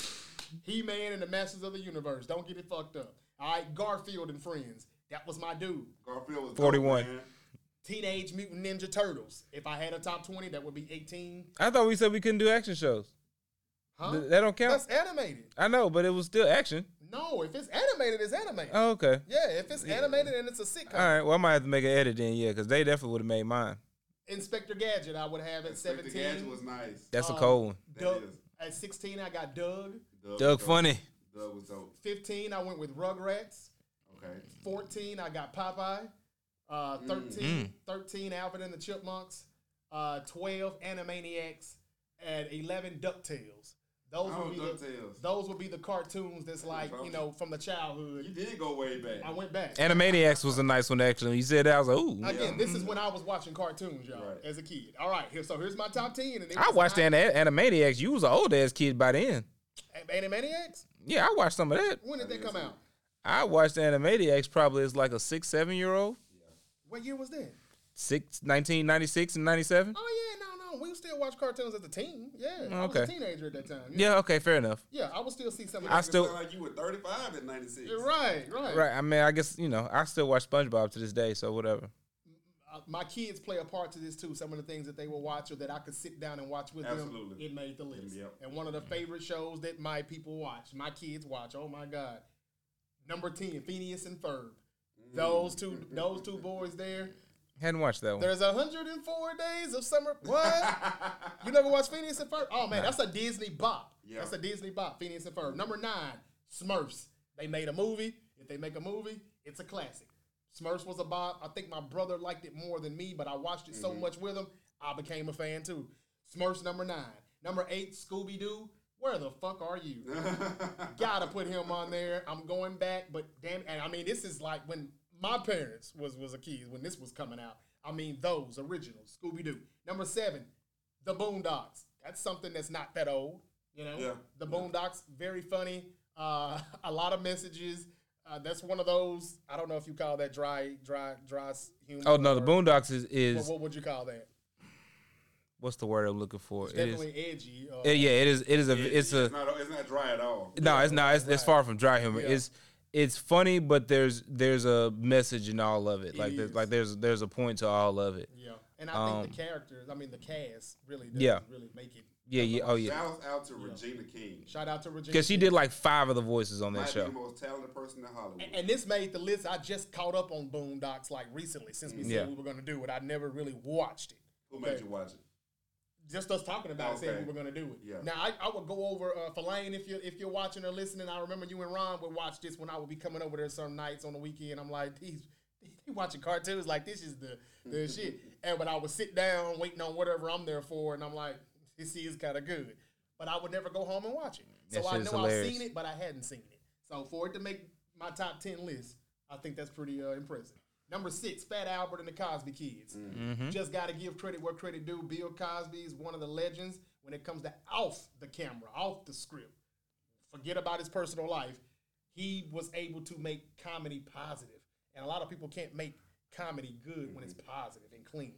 Speaker 1: He Man and the Masters of the Universe. Don't get it fucked up. All right, Garfield and Friends. That was my dude.
Speaker 3: Garfield was
Speaker 2: 41.
Speaker 3: Dope, man.
Speaker 1: Teenage Mutant Ninja Turtles. If I had a top 20, that would be 18.
Speaker 2: I thought we said we couldn't do action shows.
Speaker 1: Huh?
Speaker 2: Th- that don't count.
Speaker 1: That's animated.
Speaker 2: I know, but it was still action.
Speaker 1: No, if it's animated, it's
Speaker 3: Uh,
Speaker 1: animated.
Speaker 2: Oh, okay.
Speaker 1: yeah, if it's animated and it's a sitcom.
Speaker 2: All right. Well, I might have to make an edit then, yeah, because they definitely would have made mine.
Speaker 1: Inspector Gadget, I would have at
Speaker 3: Inspector
Speaker 1: 17.
Speaker 3: Gadget was nice.
Speaker 2: That's a
Speaker 1: Um,
Speaker 2: cold one.
Speaker 3: That
Speaker 1: Doug,
Speaker 3: is.
Speaker 1: at 16, I got Doug.
Speaker 3: Doug,
Speaker 2: Doug
Speaker 3: was dope.
Speaker 2: Funny.
Speaker 3: Doug was dope.
Speaker 1: 15, I went with Rugrats.
Speaker 3: Okay.
Speaker 1: 14, I got Popeye. Uh,
Speaker 3: Mm.
Speaker 1: 13,
Speaker 2: Mm.
Speaker 1: 13, Alvin and the Chipmunks. Uh, 12, Animaniacs. And 11, DuckTales. Those
Speaker 3: Oh,
Speaker 1: would be
Speaker 3: DuckTales.
Speaker 1: the those would be the cartoons that's like you know from the
Speaker 3: You
Speaker 1: childhood.
Speaker 3: did go way back.
Speaker 1: I went back
Speaker 2: Animaniacs was a nice one actually. When you said that, I was like, ooh.
Speaker 1: again. This is when I was watching cartoons, y'all, all
Speaker 3: Mm-hmm. Right.
Speaker 1: as a kid. All right, here so here's my top ten. And it
Speaker 2: I
Speaker 1: was
Speaker 2: watched
Speaker 1: not-
Speaker 2: An- Animaniacs. You was an old ass kid by then.
Speaker 1: Animaniacs.
Speaker 2: Yeah, I watched some of that.
Speaker 1: When did that come out?
Speaker 2: I watched Animaniacs probably as like a six, seven year old.
Speaker 1: What year was that?
Speaker 2: Six, 1996 and 97.
Speaker 1: Oh yeah, no, no. We still watch cartoons as a teen. Yeah, I was
Speaker 2: Okay.
Speaker 1: a teenager at that time. Yeah,
Speaker 2: Yeah, okay, fair enough.
Speaker 1: yeah I would still see some. Of
Speaker 2: I
Speaker 1: that.
Speaker 3: It
Speaker 2: still-
Speaker 3: sound like you were 35 in 96.
Speaker 1: Yeah, right, right.
Speaker 2: Right. I mean, I guess, you know, I still watch SpongeBob to this day, so whatever.
Speaker 1: Uh, my kids play a part to this too. Some of the things that they will watch or that I could sit down and watch with them,
Speaker 3: Absolutely.
Speaker 1: it made the list.
Speaker 3: Yep.
Speaker 1: And one of the favorite shows that my people watch, my kids watch. Oh my god,
Speaker 3: Mm.
Speaker 1: number ten, Phineas and Ferb. Those two, those two boys there.
Speaker 2: Hadn't watched that one.
Speaker 1: There's 104 days of summer. What? you never watched Phineas and Ferb? Oh man, that's a Disney bop.
Speaker 3: Yeah.
Speaker 1: That's a Disney bop. Phineas and Ferb. Number nine, Smurfs. They made a movie. If they make a movie, it's a classic. Smurfs was a bop. I think my brother liked it more than me, but I watched it so much with him, I became a fan too. Smurfs number nine. Number eight, Scooby Doo. Where the fuck are you? gotta put him on there. I'm going back, but damn, and I mean, this is like when my parents was was a kid when this was coming out. I mean, those original Scooby Doo. Number seven, The Boondocks. That's something that's not that old, you know.
Speaker 3: Yeah.
Speaker 1: The Boondocks, very funny. Uh, a lot of messages. Uh, that's one of those. I don't know if you call that dry, dry, dry s- humor.
Speaker 2: Oh no, the
Speaker 1: or-
Speaker 2: Boondocks is,
Speaker 1: What,
Speaker 2: is
Speaker 1: what would you call that?
Speaker 2: what's the word I'm looking for? It is.
Speaker 1: Definitely edgy. Uh,
Speaker 2: it- yeah, it is. It is a. It's a.
Speaker 3: It's not, it's not dry at all.
Speaker 2: No, it's not. It's, it's far from dry humor.
Speaker 1: Yeah.
Speaker 2: It's it's funny, but there's there's a message in all of it. Like
Speaker 1: is.
Speaker 2: there's, like there's there's a point to all of it.
Speaker 1: yeah. And I think the characters. I mean, the cast really. Does
Speaker 2: Um, Yeah.
Speaker 1: Really make it.
Speaker 2: Yeah, yeah, oh yeah.
Speaker 3: Shout out to Regina King.
Speaker 1: Shout out to Regina.
Speaker 2: Because she did like five of the voices on that
Speaker 3: Might be
Speaker 2: show.
Speaker 3: the most talented person in Hollywood.
Speaker 1: And this made the list. I just caught up on Boondocks like recently since we
Speaker 2: Yeah.
Speaker 1: said we were going to do it. I never really watched it.
Speaker 3: Who made you watch it?
Speaker 1: Just us talking about it, said
Speaker 3: Okay.
Speaker 1: we were going to do it.
Speaker 3: Yeah.
Speaker 1: Now I, I would go over uh, Filane if you if you're watching or listening. I remember you and Ron would watch this when I would be coming over there some nights on the weekend. I'm like these. They watching cartoons like this is the the shit, and but I would sit down waiting on whatever I'm there for, and I'm like, this is kind of good, but I would never go home and watch it.
Speaker 2: That
Speaker 1: So I
Speaker 2: shit is
Speaker 1: know I've
Speaker 2: hilarious.
Speaker 1: seen it, but I hadn't seen it. So for it to make my top ten list, I think that's pretty uh, impressive. Number six, Fat Albert and the Cosby Kids. Just got to give credit where credit due. Bill Cosby is one of the legends when it comes to off the camera, off the script. Forget about his personal life. He was able to make comedy positive, and a lot of people can't make comedy good when it's positive and clean.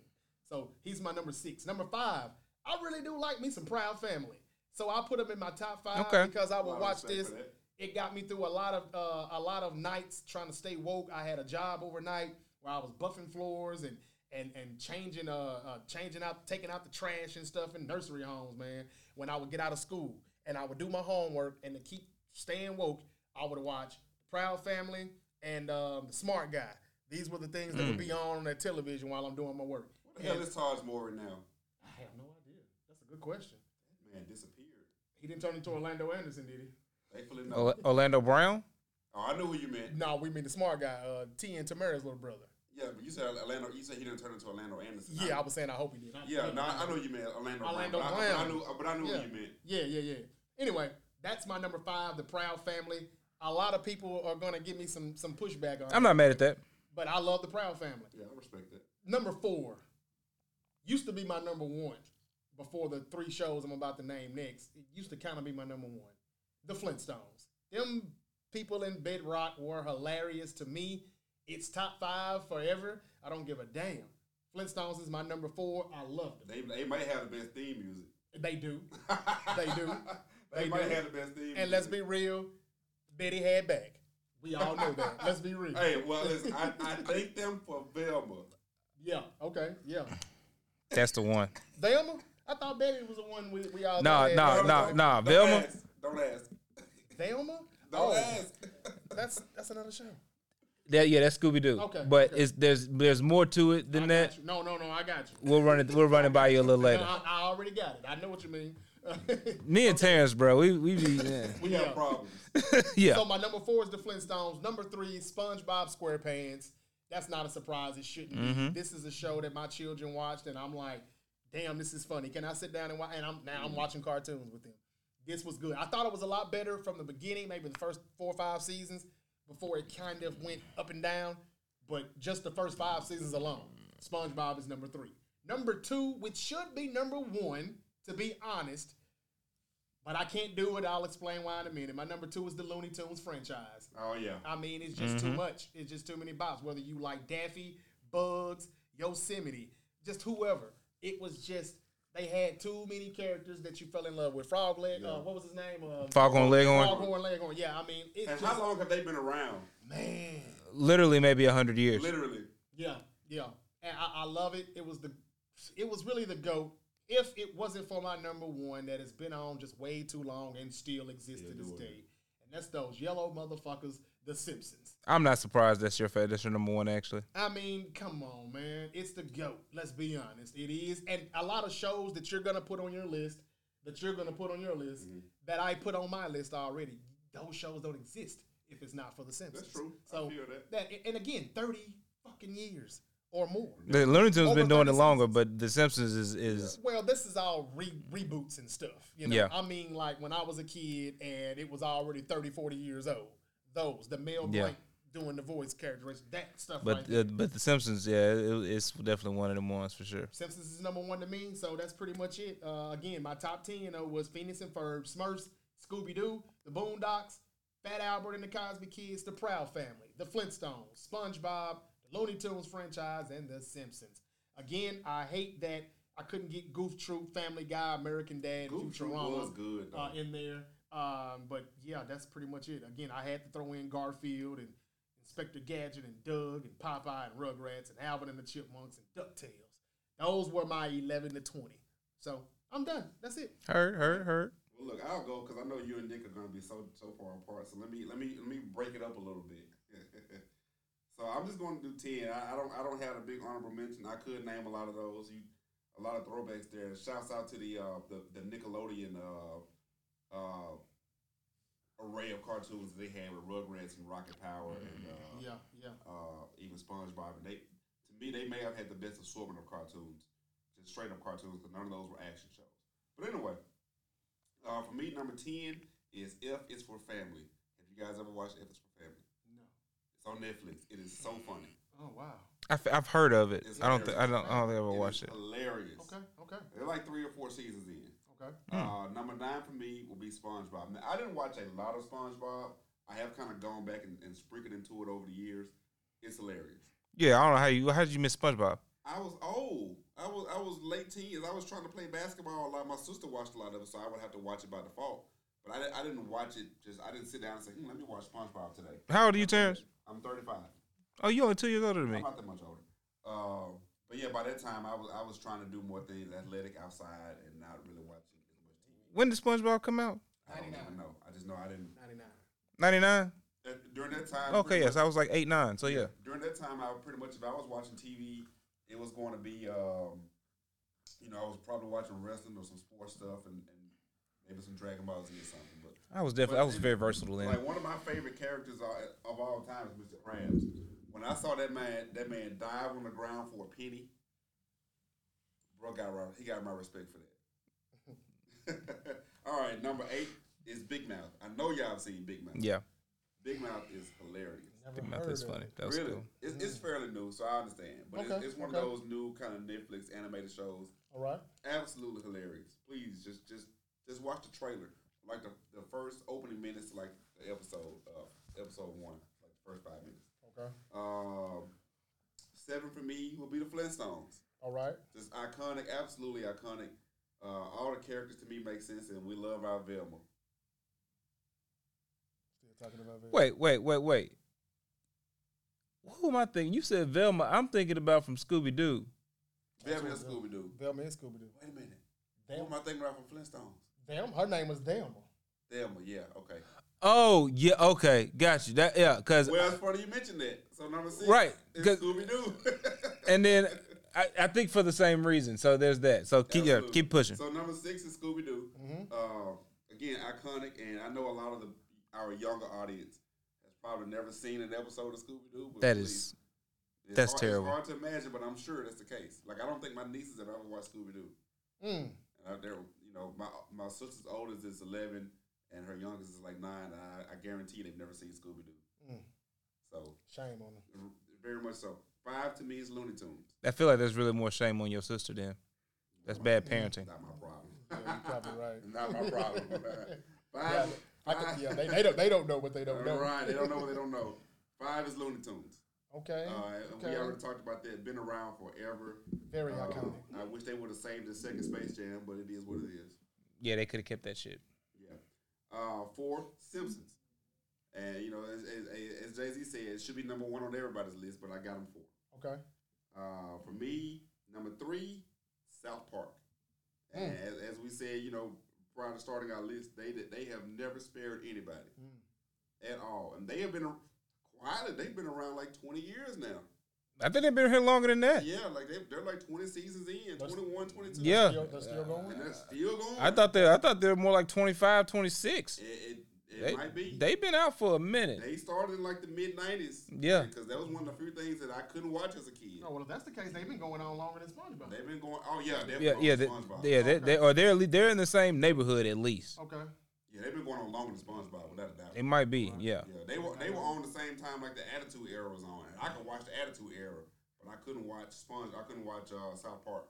Speaker 1: So he's my number six. Number five, I really do like me some Proud Family. So I put him in my top five
Speaker 2: Okay.
Speaker 1: because I
Speaker 3: Lot
Speaker 1: would
Speaker 3: of
Speaker 1: watch
Speaker 3: respect
Speaker 1: this.
Speaker 3: for that.
Speaker 1: It got me through a lot of uh, a lot of nights trying to stay woke. I had a job overnight where I was buffing floors and and and changing uh, uh changing out taking out the trash and stuff in nursery homes, man. When I would get out of school and I would do my homework and to keep staying woke, I would watch Proud Family and um, The Smart Guy. These were the things that would be on on that television while I'm doing my work.
Speaker 3: What the hell is Taj Mowry now?
Speaker 1: I have no idea. That's a good question.
Speaker 3: Man, disappeared.
Speaker 1: He didn't turn into Orlando Anderson, did he?
Speaker 3: Thankfully, no.
Speaker 2: Orla- Orlando Brown.
Speaker 3: Oh, I know who you meant.
Speaker 1: No, we mean the smart guy, uh, T and Tamara's little brother.
Speaker 3: Yeah, but you said Orlando. You said he didn't turn into Orlando Anderson.
Speaker 1: Yeah, I
Speaker 3: I,
Speaker 1: was saying I hope he did.
Speaker 3: yeah. No, I I know you meant Orlando.
Speaker 1: Orlando
Speaker 3: Brown. But I-
Speaker 1: Brown.
Speaker 3: But I knew, but I knew
Speaker 1: Yeah.
Speaker 3: who you meant.
Speaker 1: Yeah, yeah, yeah. Anyway, that's my number five, the Proud Family. A lot of people are gonna give me some some pushback on
Speaker 2: I'm
Speaker 1: it,
Speaker 2: not mad at that.
Speaker 1: but I love the Proud Family.
Speaker 3: Yeah, I respect that.
Speaker 1: Number four used to be my number one before the three shows I'm about to name next. It used to kind of be my number one. The Flintstones. Them people in Bedrock were hilarious to me. It's top five forever. I don't give a damn. Flintstones is my number four. I love them.
Speaker 3: They, they might have the best theme music.
Speaker 1: They do. They do.
Speaker 3: they,
Speaker 1: They
Speaker 3: might
Speaker 1: do.
Speaker 3: have the best theme.
Speaker 1: And
Speaker 3: music.
Speaker 1: let's be real, Betty had back. We all know that. Let's be real.
Speaker 3: Hey, well, listen, I, I thank them for Velma.
Speaker 1: Yeah. Okay. Yeah.
Speaker 2: That's the one.
Speaker 1: Velma. I thought Betty was the one we, we all. thought
Speaker 2: Nah,
Speaker 1: had
Speaker 2: nah,
Speaker 1: back.
Speaker 2: nah,
Speaker 3: Don't-
Speaker 2: nah,
Speaker 3: don't
Speaker 2: Velma.
Speaker 3: ask. Don't ask.
Speaker 1: Velma.
Speaker 3: Don't
Speaker 1: oh,
Speaker 3: ask.
Speaker 1: that's that's another show.
Speaker 2: That, yeah, that's Scooby Doo.
Speaker 1: Okay,
Speaker 2: But
Speaker 1: okay.
Speaker 2: it's there's there's more to it than
Speaker 1: I
Speaker 2: that.
Speaker 1: got you. No, no, no. I got you.
Speaker 2: We'll run it. We'll run it by you a little
Speaker 1: No,
Speaker 2: later.
Speaker 1: I, I already got it. I know what you mean.
Speaker 2: Me and Terrence, bro. We we be yeah.
Speaker 3: We
Speaker 1: Yeah.
Speaker 3: have problems.
Speaker 2: yeah.
Speaker 1: So my number four is the Flintstones. Number three, SpongeBob SquarePants. That's not a surprise. It shouldn't be. This is a show that my children watched, and I'm like, damn, this is funny. Can I sit down and watch? And I'm now I'm watching cartoons with them. This was good. I thought it was a lot better from the beginning, maybe the first four or five seasons, before it kind of went up and down. But just the first five seasons alone, SpongeBob is number three. Number two, which should be number one, to be honest, but I can't do it. I'll explain why in a minute. My number two is the Looney Tunes franchise.
Speaker 3: Oh yeah.
Speaker 1: I mean, it's just
Speaker 2: Mm-hmm.
Speaker 1: too much. It's just too many bops. Whether you like Daffy, Bugs, Yosemite, just whoever. It was just they had too many characters that you fell in love with. Frog leg. Uh, what was his name? Uh,
Speaker 2: Foghorn Leghorn.
Speaker 1: Foghorn Leghorn. Yeah, I mean, it's
Speaker 3: And
Speaker 1: just
Speaker 3: how long have they been around?
Speaker 1: man.
Speaker 2: Literally, maybe hundred years.
Speaker 3: Literally.
Speaker 1: Yeah, yeah. And I, I love it. It was the it was really the GOAT. If it wasn't for my number one that has been on just way too long and still exists to this day. And that's those yellow motherfuckers The Simpsons.
Speaker 2: I'm not surprised that's your favorite. That's your number one, actually.
Speaker 1: I mean, come on, man. It's the GOAT. Let's be honest. It is. And a lot of shows that you're going to put on your list, that you're going to put on your list,
Speaker 3: Mm-hmm.
Speaker 1: that I put on my list already, those shows don't exist if it's not for The Simpsons.
Speaker 3: true. I
Speaker 1: So,
Speaker 3: feel that.
Speaker 1: And again, 30 fucking years or more.
Speaker 2: The Looney Tunes
Speaker 1: Over
Speaker 2: been doing it
Speaker 1: 30
Speaker 2: longer, but The Simpsons is is
Speaker 1: Well, this is all re- reboots and stuff. You know,
Speaker 2: Yeah.
Speaker 1: I mean, like when I was a kid and it was already 30, 40 years old. Those, the male
Speaker 2: Yeah.
Speaker 1: blank doing the voice characterization, that stuff. right
Speaker 2: but
Speaker 1: there.
Speaker 2: uh, but The Simpsons, yeah, it, it's definitely one of them ones for sure.
Speaker 1: Simpsons is number one to me, so that's pretty much it. Uh, again, my top ten though was Phoenix and Ferb, Smurfs, Scooby Doo, The Boondocks, Fat Albert and the Cosby Kids, The Proud Family, The Flintstones, SpongeBob, The Looney Tunes franchise, and The Simpsons. Again, I hate that I couldn't get Goof Troop, Family Guy, American Dad, and
Speaker 3: Goof Troop
Speaker 1: Futurama
Speaker 3: was good, though.
Speaker 1: uh, in there. Um, but yeah, that's pretty much it. Again, I had to throw in Garfield and Inspector Gadget and Doug and Popeye and Rugrats and Alvin and the Chipmunks and DuckTales. Those were my 11 to 20. So I'm done. That's it.
Speaker 2: Hurt, hurt, hurt.
Speaker 3: Well, look, I'll go because I know you and Nick are going to be so so far apart. So let me let me let me break it up a little bit. so I'm just going to do ten. I, I don't I don't have a big honorable mention. I could name a lot of those. You a lot of throwbacks there. Shouts out to the uh, the, the Nickelodeon uh, uh, array of cartoons that they had with Rugrats and Rocket Power and uh,
Speaker 1: Yeah, yeah.
Speaker 3: uh, even SpongeBob. And they, to me, they may have had the best assortment of cartoons, just straight up cartoons, because none of those were action shows. But anyway, uh, for me, number ten is F is for Family. Have you guys ever watched F is for Family?
Speaker 1: No.
Speaker 3: It's on Netflix. It is so funny.
Speaker 1: Oh, wow.
Speaker 2: I've, I've heard of it.
Speaker 3: It's
Speaker 2: I don't think I
Speaker 3: hilarious.
Speaker 2: don't I don't think I ever
Speaker 3: It is
Speaker 2: watched it.
Speaker 3: Hilarious.
Speaker 1: Okay, okay,
Speaker 3: They're like three or four seasons in.
Speaker 1: okay.
Speaker 3: Uh, number nine for me will be SpongeBob. Now, I didn't watch a lot of SpongeBob. I have kind of gone back and, and sprinkled into it over the years. It's hilarious.
Speaker 2: Yeah, I don't know how you how did you miss SpongeBob?
Speaker 3: I was old. I was I was late teens. I was trying to play basketball a lot. My sister watched a lot of it, so I would have to watch it by default. But I, di- I didn't watch it. Just I didn't sit down and say, hmm, "Let me watch SpongeBob today."
Speaker 2: How old are you, Terrence?
Speaker 3: I'm 35.
Speaker 2: Oh, you only two years older than
Speaker 3: I'm
Speaker 2: me.
Speaker 3: not that much older. Uh, but yeah, by that time, I was I was trying to do more things athletic outside and not really watching as much TV.
Speaker 2: When did SpongeBob come out?
Speaker 3: I don't
Speaker 1: 99.
Speaker 3: even know. I just know I didn't.
Speaker 1: 99.
Speaker 2: Ninety nine.
Speaker 3: uh, During that time,
Speaker 2: Okay,
Speaker 3: pretty
Speaker 2: yes, I was like eight nine. So yeah,
Speaker 3: during that time, I pretty much if I was watching TV, it was going to be, um, you know, I was probably watching wrestling or some sports stuff and, and maybe some Dragon Ball Z or something. But
Speaker 2: I was definitely I was very versatile then.
Speaker 3: like one of my favorite characters of of all time is Mr. Krabs. When I saw that man, that man dive on the ground for a penny, bro got right, he got my respect for that. all right, number eight is Big Mouth. I know y'all have seen Big Mouth.
Speaker 2: Yeah,
Speaker 3: Big Mouth is hilarious.
Speaker 1: Never
Speaker 2: Big Mouth is
Speaker 1: heard of
Speaker 2: funny.
Speaker 1: it.
Speaker 2: That was
Speaker 3: really?
Speaker 2: cool.
Speaker 3: It's, it's fairly new, so I understand. But
Speaker 1: Mm. Okay,
Speaker 3: it's, it's one
Speaker 1: okay.
Speaker 3: of those new kind of Netflix animated shows.
Speaker 1: All right.
Speaker 3: Absolutely hilarious. Please just just just watch the trailer, like the, the first opening minutes, to, like the episode uh, episode one, like the first five minutes.
Speaker 1: Okay.
Speaker 3: Um, seven for me will be the Flintstones.
Speaker 1: All right.
Speaker 3: Just iconic, absolutely iconic. Uh, all the characters to me make sense, and we love our Velma.
Speaker 1: Still talking about that.
Speaker 2: Wait, wait, wait, wait. Who am I thinking? You said Velma. I'm thinking about from Scooby Doo.
Speaker 3: Velma and Scooby Doo.
Speaker 1: Velma and Scooby Doo.
Speaker 3: Wait a minute. Who am
Speaker 1: Velma.
Speaker 3: I thinking about from Flintstones?
Speaker 1: Velma. Her name was Velma.
Speaker 3: Velma, yeah, okay.
Speaker 2: Oh yeah, okay, got you. That yeah, cause
Speaker 3: Well, it's funny you mentioned that. So number six,
Speaker 2: Right,
Speaker 3: Is
Speaker 2: 'cause-
Speaker 3: Scooby Doo.
Speaker 2: and then I, I think for the same reason. So there's that. So keep yeah, keep pushing.
Speaker 3: So number six is Scooby Doo. Uh, again, iconic, and I know a lot of the our younger audience has probably never seen an episode of Scooby Doo.
Speaker 2: That is
Speaker 3: it's
Speaker 2: that's
Speaker 3: hard,
Speaker 2: terrible.
Speaker 3: It's hard to imagine, but I'm sure that's the case. Like I don't think my nieces have ever watched Scooby Doo.
Speaker 1: Mm.
Speaker 3: And I, they're, you know, my my sister's oldest is 11, and her youngest is like nine. And I, I guarantee they've never seen Scooby Doo.
Speaker 1: Mm.
Speaker 3: So
Speaker 1: Shame on them.
Speaker 3: r- very much so. Five to me is Looney Tunes.
Speaker 2: I feel like there's really more shame on your sister then. That's bad parenting.
Speaker 3: Not my problem.
Speaker 1: Yeah, you're probably right.
Speaker 3: Not my problem.
Speaker 1: Yeah,
Speaker 3: Five.
Speaker 1: I
Speaker 3: five-
Speaker 1: can- yeah they, they don't they don't know what they don't know.
Speaker 3: Right, they don't know what they don't know. Five is Looney Tunes.
Speaker 1: Okay.
Speaker 3: Uh, and We
Speaker 1: okay.
Speaker 3: already talked about that. Been around forever.
Speaker 1: Very
Speaker 3: Uh,
Speaker 1: iconic.
Speaker 3: I wish they would have saved the second Space Jam, but it is what it is.
Speaker 2: Yeah, they could have kept that shit.
Speaker 3: Yeah. Uh, four Simpsons, and you know, as, as, as Jay Z said, it should be number one on everybody's list, but I got them four.
Speaker 1: Okay.
Speaker 3: Uh, for me, number three, South Park.
Speaker 2: Hmm.
Speaker 3: And as, as we said, you know, prior
Speaker 2: Hmm.
Speaker 3: to starting our list, they they have never spared anybody at all, and they have been Island, they've been around like 20 years now.
Speaker 2: I think they've been here longer than that.
Speaker 3: Yeah, like they, they're like 20 seasons in, 21, 22.
Speaker 2: Yeah.
Speaker 1: Still, that's still going.
Speaker 3: And they're still going.
Speaker 2: I thought they I thought they were more like 25, 26.
Speaker 3: It, it, it
Speaker 2: They,
Speaker 3: might be.
Speaker 2: they've been out for a minute.
Speaker 3: They started in like the mid nineties.
Speaker 2: Yeah. Oh,
Speaker 3: Because that was one of the few things that I couldn't watch as a kid.
Speaker 1: No, well, if that's the case, they've been going on longer than SpongeBob.
Speaker 3: They've been going. Oh yeah, they've
Speaker 2: yeah,
Speaker 3: been
Speaker 2: yeah,
Speaker 3: on
Speaker 2: they,
Speaker 3: SpongeBob.
Speaker 2: yeah, they, they, or they're at least- they're in the same neighborhood at least.
Speaker 1: Okay.
Speaker 3: Yeah, they've been going on longer than SpongeBob without a doubt.
Speaker 2: It might be, yeah.
Speaker 3: yeah, they were they were on the same time like the Attitude Era was on, and I could watch the Attitude Era, but I couldn't watch Sponge. I couldn't watch uh, South Park.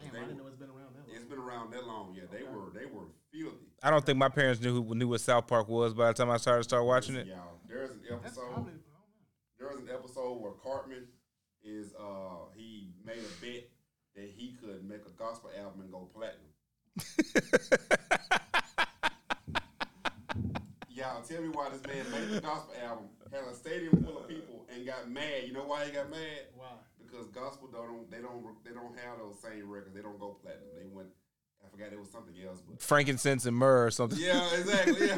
Speaker 1: Damn,
Speaker 3: They
Speaker 1: I didn't
Speaker 3: were-
Speaker 1: know it's been around that long.
Speaker 3: It's been around that long. Yeah, they were they were filthy.
Speaker 2: I don't think my parents knew who knew what South Park was by the time I started start watching it.
Speaker 3: Y'all, there's an
Speaker 1: That's
Speaker 3: episode.
Speaker 1: probably. I don't know.
Speaker 3: there was an episode where Cartman is uh he made a bet that he could make a gospel album and go platinum. Y'all tell me why this man made a gospel album, had a stadium full of people, and got mad. You know why he got mad?
Speaker 1: Why?
Speaker 3: Because gospel don't they don't they don't have those same records. They don't go platinum. They went. I forgot it was something else, but
Speaker 2: Frankincense and myrrh or something.
Speaker 3: yeah, exactly. Yeah.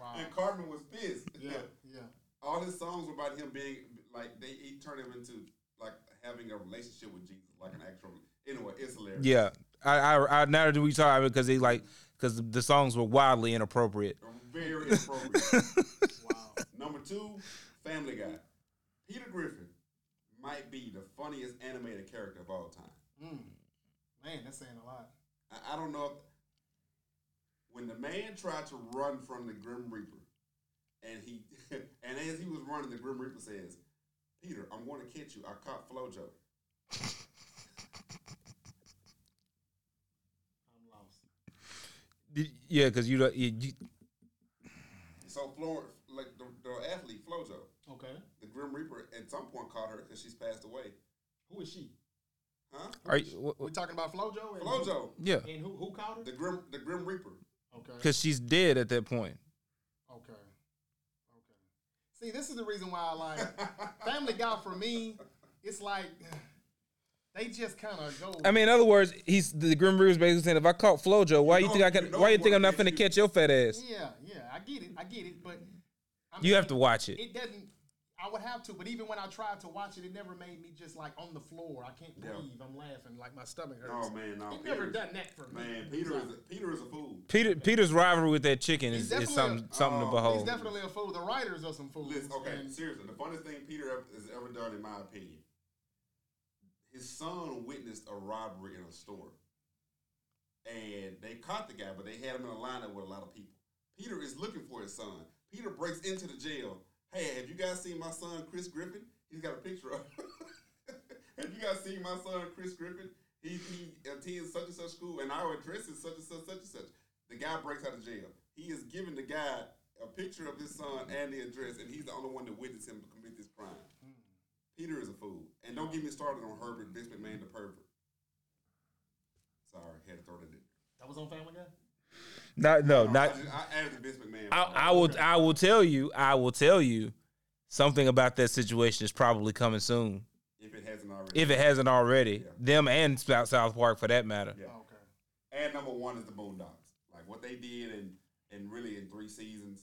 Speaker 1: Wow.
Speaker 3: And Cartman was pissed
Speaker 1: Yeah, yeah.
Speaker 3: all his songs were about him being like they he turned him into like having a relationship with Jesus, like an actual. Anyway, it's hilarious.
Speaker 2: Yeah, I I, I now that we talk because they like because the songs were wildly inappropriate.
Speaker 3: Very inappropriate.
Speaker 1: Wow.
Speaker 3: Number two, Family Guy. Peter Griffin might be the funniest animated character of all time.
Speaker 1: Mm. Man, that's saying a lot.
Speaker 3: I, I don't know if when the man tried to run from the Grim Reaper, and he and as he was running, the Grim Reaper says, "Peter, I'm going to catch you. I caught FloJo."
Speaker 1: I'm lost.
Speaker 2: Yeah, because you, don't- you, you
Speaker 3: So Florence, like the, the athlete FloJo.
Speaker 1: Okay.
Speaker 3: the Grim Reaper at some point caught her because she's passed away.
Speaker 1: Who is she?
Speaker 3: Huh?
Speaker 2: are you, what,
Speaker 1: We
Speaker 2: what-
Speaker 1: talking about FloJo? And
Speaker 3: Flojo,
Speaker 2: yeah
Speaker 1: And who who called her?
Speaker 3: the Grim, the Grim Reaper.
Speaker 1: Okay.
Speaker 2: because she's dead at that point.
Speaker 1: Okay. Okay. See, this is the reason why I like Family Guy. For me, it's like they just kind of go.
Speaker 2: I mean, in other words, he's the Grim Reaper's basically saying, if I caught FloJo, why you,
Speaker 3: know-
Speaker 2: think I
Speaker 3: you
Speaker 2: can?
Speaker 3: know
Speaker 2: why you
Speaker 3: what
Speaker 2: think I'm not
Speaker 3: it
Speaker 2: finna
Speaker 3: is.
Speaker 2: catch your fat ass?
Speaker 1: yeah, yeah. I get it. I get it. But I
Speaker 2: You have to watch it.
Speaker 1: It doesn't. I would have to, but even when I tried to watch it, it never made me just like on the floor. I can't
Speaker 3: Yeah.
Speaker 1: breathe. I'm laughing like my stomach hurts.
Speaker 3: No Oh, man, no.
Speaker 1: it never
Speaker 3: Peter's-
Speaker 1: done that for me.
Speaker 3: Man, Peter is a, Peter is a fool.
Speaker 2: Peter Peter's rivalry with that chicken
Speaker 1: He's
Speaker 2: is, is
Speaker 1: definitely a-
Speaker 2: something something
Speaker 3: oh,
Speaker 2: to
Speaker 3: he's
Speaker 1: He's
Speaker 2: behold.
Speaker 1: definitely a fool. The writers are some fools.
Speaker 3: Listen, okay,
Speaker 1: and-
Speaker 3: seriously, the funniest thing Peter ever, has ever done, in my opinion, his son witnessed a robbery in a store, and they caught the guy, but they had him in a lineup with a lot of people. Peter is looking for his son. Peter breaks into the jail. Hey, have you guys seen my son Chris Griffin? He's got a picture of. have you guys seen my son Chris Griffin? He, he attends such and such school, and our address is such and such, such and such. The guy breaks out of jail. He is giving the guy a picture of his son and the address, and he's the only one that witnessed him commit this crime. Peter is a fool, and don't get me started on Herbert Vince McMahon the pervert. Sorry, had to throw that in.
Speaker 1: that was on Family Guy.
Speaker 2: Not, no,
Speaker 3: I
Speaker 2: not.
Speaker 3: just- I added the Vince McMahon.
Speaker 2: I, I will. I will tell you. I will tell you. Something about that situation is probably coming soon,
Speaker 3: if it hasn't already.
Speaker 2: if it hasn't already.
Speaker 3: Yeah.
Speaker 2: Them and South South Park, for that matter.
Speaker 3: Yeah.
Speaker 1: Oh, okay.
Speaker 3: And number one is the Boondocks. Like what they did and and really in three seasons,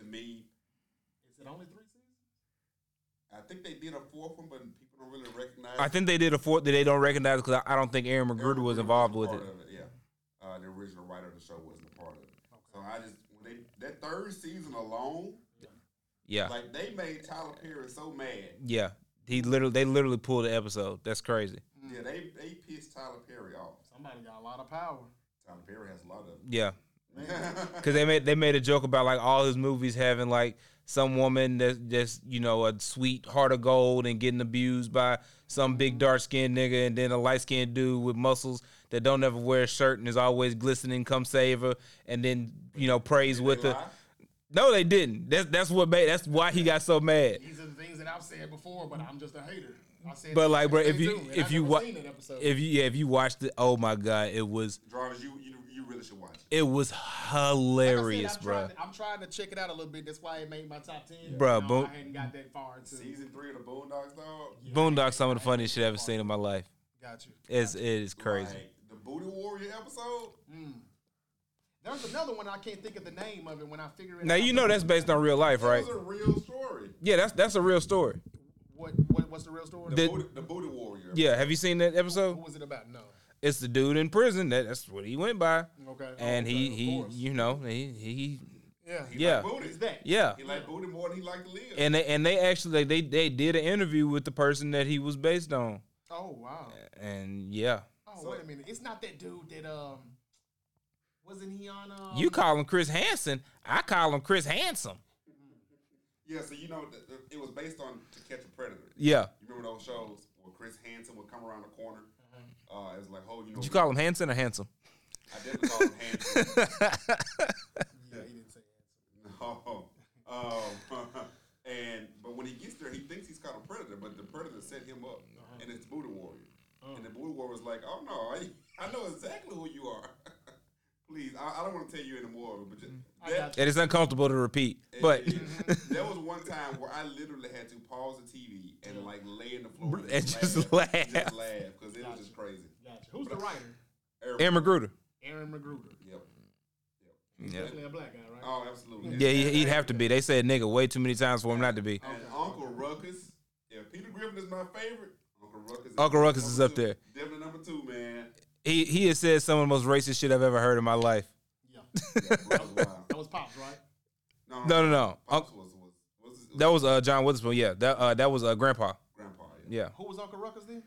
Speaker 3: to me,
Speaker 1: Is it only three seasons?
Speaker 3: I think they did a fourth one, but people don't really recognize.
Speaker 2: I think they did a fourth that they don't recognize because I, I don't think Aaron
Speaker 3: Aaron
Speaker 2: McGruder was
Speaker 3: Rodgers
Speaker 2: involved
Speaker 3: a
Speaker 2: with it.
Speaker 3: part of Yeah, uh, the original writer of the show wasn't a part of it. So I just when they that third season alone,
Speaker 2: Yeah,
Speaker 3: like they made Tyler Perry so mad.
Speaker 2: yeah. He literally. They literally pulled the episode. That's crazy.
Speaker 3: Yeah, they they pissed Tyler Perry off.
Speaker 1: Somebody got a lot of power.
Speaker 3: Tyler Perry has a lot of.
Speaker 2: Yeah.
Speaker 3: Them.
Speaker 2: Cause they made they made a joke about like all his movies having like some woman that that's you know a sweet heart of gold and getting abused by some big dark skinned nigga and then a light skinned dude with muscles that don't ever wear a shirt and is always glistening come save her and then you know prays with her.
Speaker 3: lie?
Speaker 2: No, they didn't. That's that's what made that's why he got so mad.
Speaker 1: These are the things that I've said before, but I'm just a hater. I said
Speaker 2: But
Speaker 1: the
Speaker 2: like,
Speaker 1: same
Speaker 2: bro, if
Speaker 1: thing
Speaker 2: you
Speaker 1: too, and
Speaker 2: if
Speaker 1: I
Speaker 2: you
Speaker 1: never
Speaker 2: wa-
Speaker 1: seen that episode.
Speaker 2: if you yeah if you watched it, oh my god, it was
Speaker 3: Jarvis, you, you you really should watch it.
Speaker 2: it was
Speaker 1: Like I said,
Speaker 2: hilarious,
Speaker 1: I'm
Speaker 2: bro.
Speaker 1: trying to- I'm trying to check it out a little bit. That's why it made my top ten. You
Speaker 2: Bruh,
Speaker 1: know,
Speaker 2: boom.
Speaker 1: I hadn't got that far into.
Speaker 3: Season three of the Boondocks, dog.
Speaker 2: Boondock, some of the funniest shit I've ever seen in my life.
Speaker 1: Got you.
Speaker 2: It's it is crazy.
Speaker 3: Like, the Booty Warrior episode.
Speaker 1: There's another one I can't think of the name of it when I figure it
Speaker 2: Now
Speaker 1: out.
Speaker 2: you know that's based on real life, right?
Speaker 3: It was a real story.
Speaker 2: Yeah, that's that's a real story.
Speaker 1: what, what what's the real story?
Speaker 2: The-
Speaker 3: Booty, the Booty Warrior.
Speaker 2: Yeah, have you seen that
Speaker 1: Who
Speaker 2: episode?
Speaker 1: was it about? No.
Speaker 2: It's the dude in prison. That, that's what he went by.
Speaker 1: Okay.
Speaker 2: And
Speaker 1: Okay,
Speaker 2: he
Speaker 1: of
Speaker 2: he
Speaker 1: course.
Speaker 2: you know he he
Speaker 1: Yeah.
Speaker 3: He
Speaker 2: yeah.
Speaker 3: Like booty.
Speaker 1: He's that.
Speaker 2: yeah.
Speaker 3: He liked booty more than he liked to live.
Speaker 2: And they and they actually they they did an interview with the person that he was based on.
Speaker 1: Oh wow.
Speaker 2: And yeah,
Speaker 1: Oh
Speaker 3: So-
Speaker 1: wait a minute. It's not that dude that um wasn't he on um
Speaker 2: you call him Chris Hansen. I call him Chris Handsome.
Speaker 3: yeah, so you know, th- th- it was based on To Catch a Predator.
Speaker 2: Yeah.
Speaker 3: You remember those shows where Chris Hansen would come around the corner? Uh, it was like, oh, you know,
Speaker 2: Did you call him Hansen or Handsome?
Speaker 3: I definitely call him Hansen.
Speaker 1: Yeah, he didn't say that.
Speaker 3: no. Um, and but when he gets there, he thinks he's caught a predator, but the predator set him up, and it's Buddha Warrior. And the Buddha Warrior was like, "Oh no, I, I know exactly who you are. Please, I, I don't want to tell you anymore, but just,
Speaker 1: I
Speaker 3: that-
Speaker 1: got Mm-hmm.
Speaker 2: It is uncomfortable to repeat, but
Speaker 3: And there was one time where I literally had to pause the TV and like lay in the floor
Speaker 2: And just laugh.
Speaker 3: just laugh because it was just crazy.
Speaker 1: Gotcha. Who's the writer?
Speaker 3: Eric-
Speaker 2: Aaron Magruder.
Speaker 1: Aaron McGruder.
Speaker 3: Yep.
Speaker 2: Yeah.
Speaker 1: Definitely a black guy, right?
Speaker 3: Oh, absolutely.
Speaker 2: Yeah, he- he'd have to be. They said nigga way too many times for him not to be.
Speaker 3: And Uncle Ruckus. If Peter Griffin is my favorite, Uncle Ruckus. Is
Speaker 2: Uncle Ruckus
Speaker 3: number
Speaker 2: is up
Speaker 3: two.
Speaker 2: there.
Speaker 3: Definitely number two, man.
Speaker 2: He he has said some of the most racist shit I've ever heard in my life.
Speaker 1: Yeah.
Speaker 3: Yeah, Ruckus was wild.
Speaker 1: That was Pops, right?
Speaker 3: No,
Speaker 2: No, no, no.
Speaker 3: Pops
Speaker 2: Unc-
Speaker 3: was was was, his-
Speaker 2: that was uh, John Witherspoon. Yeah, that uh, that was uh, Grandpa.
Speaker 3: grandpa. Yeah.
Speaker 2: Yeah,
Speaker 1: Who was Uncle Ruckus then?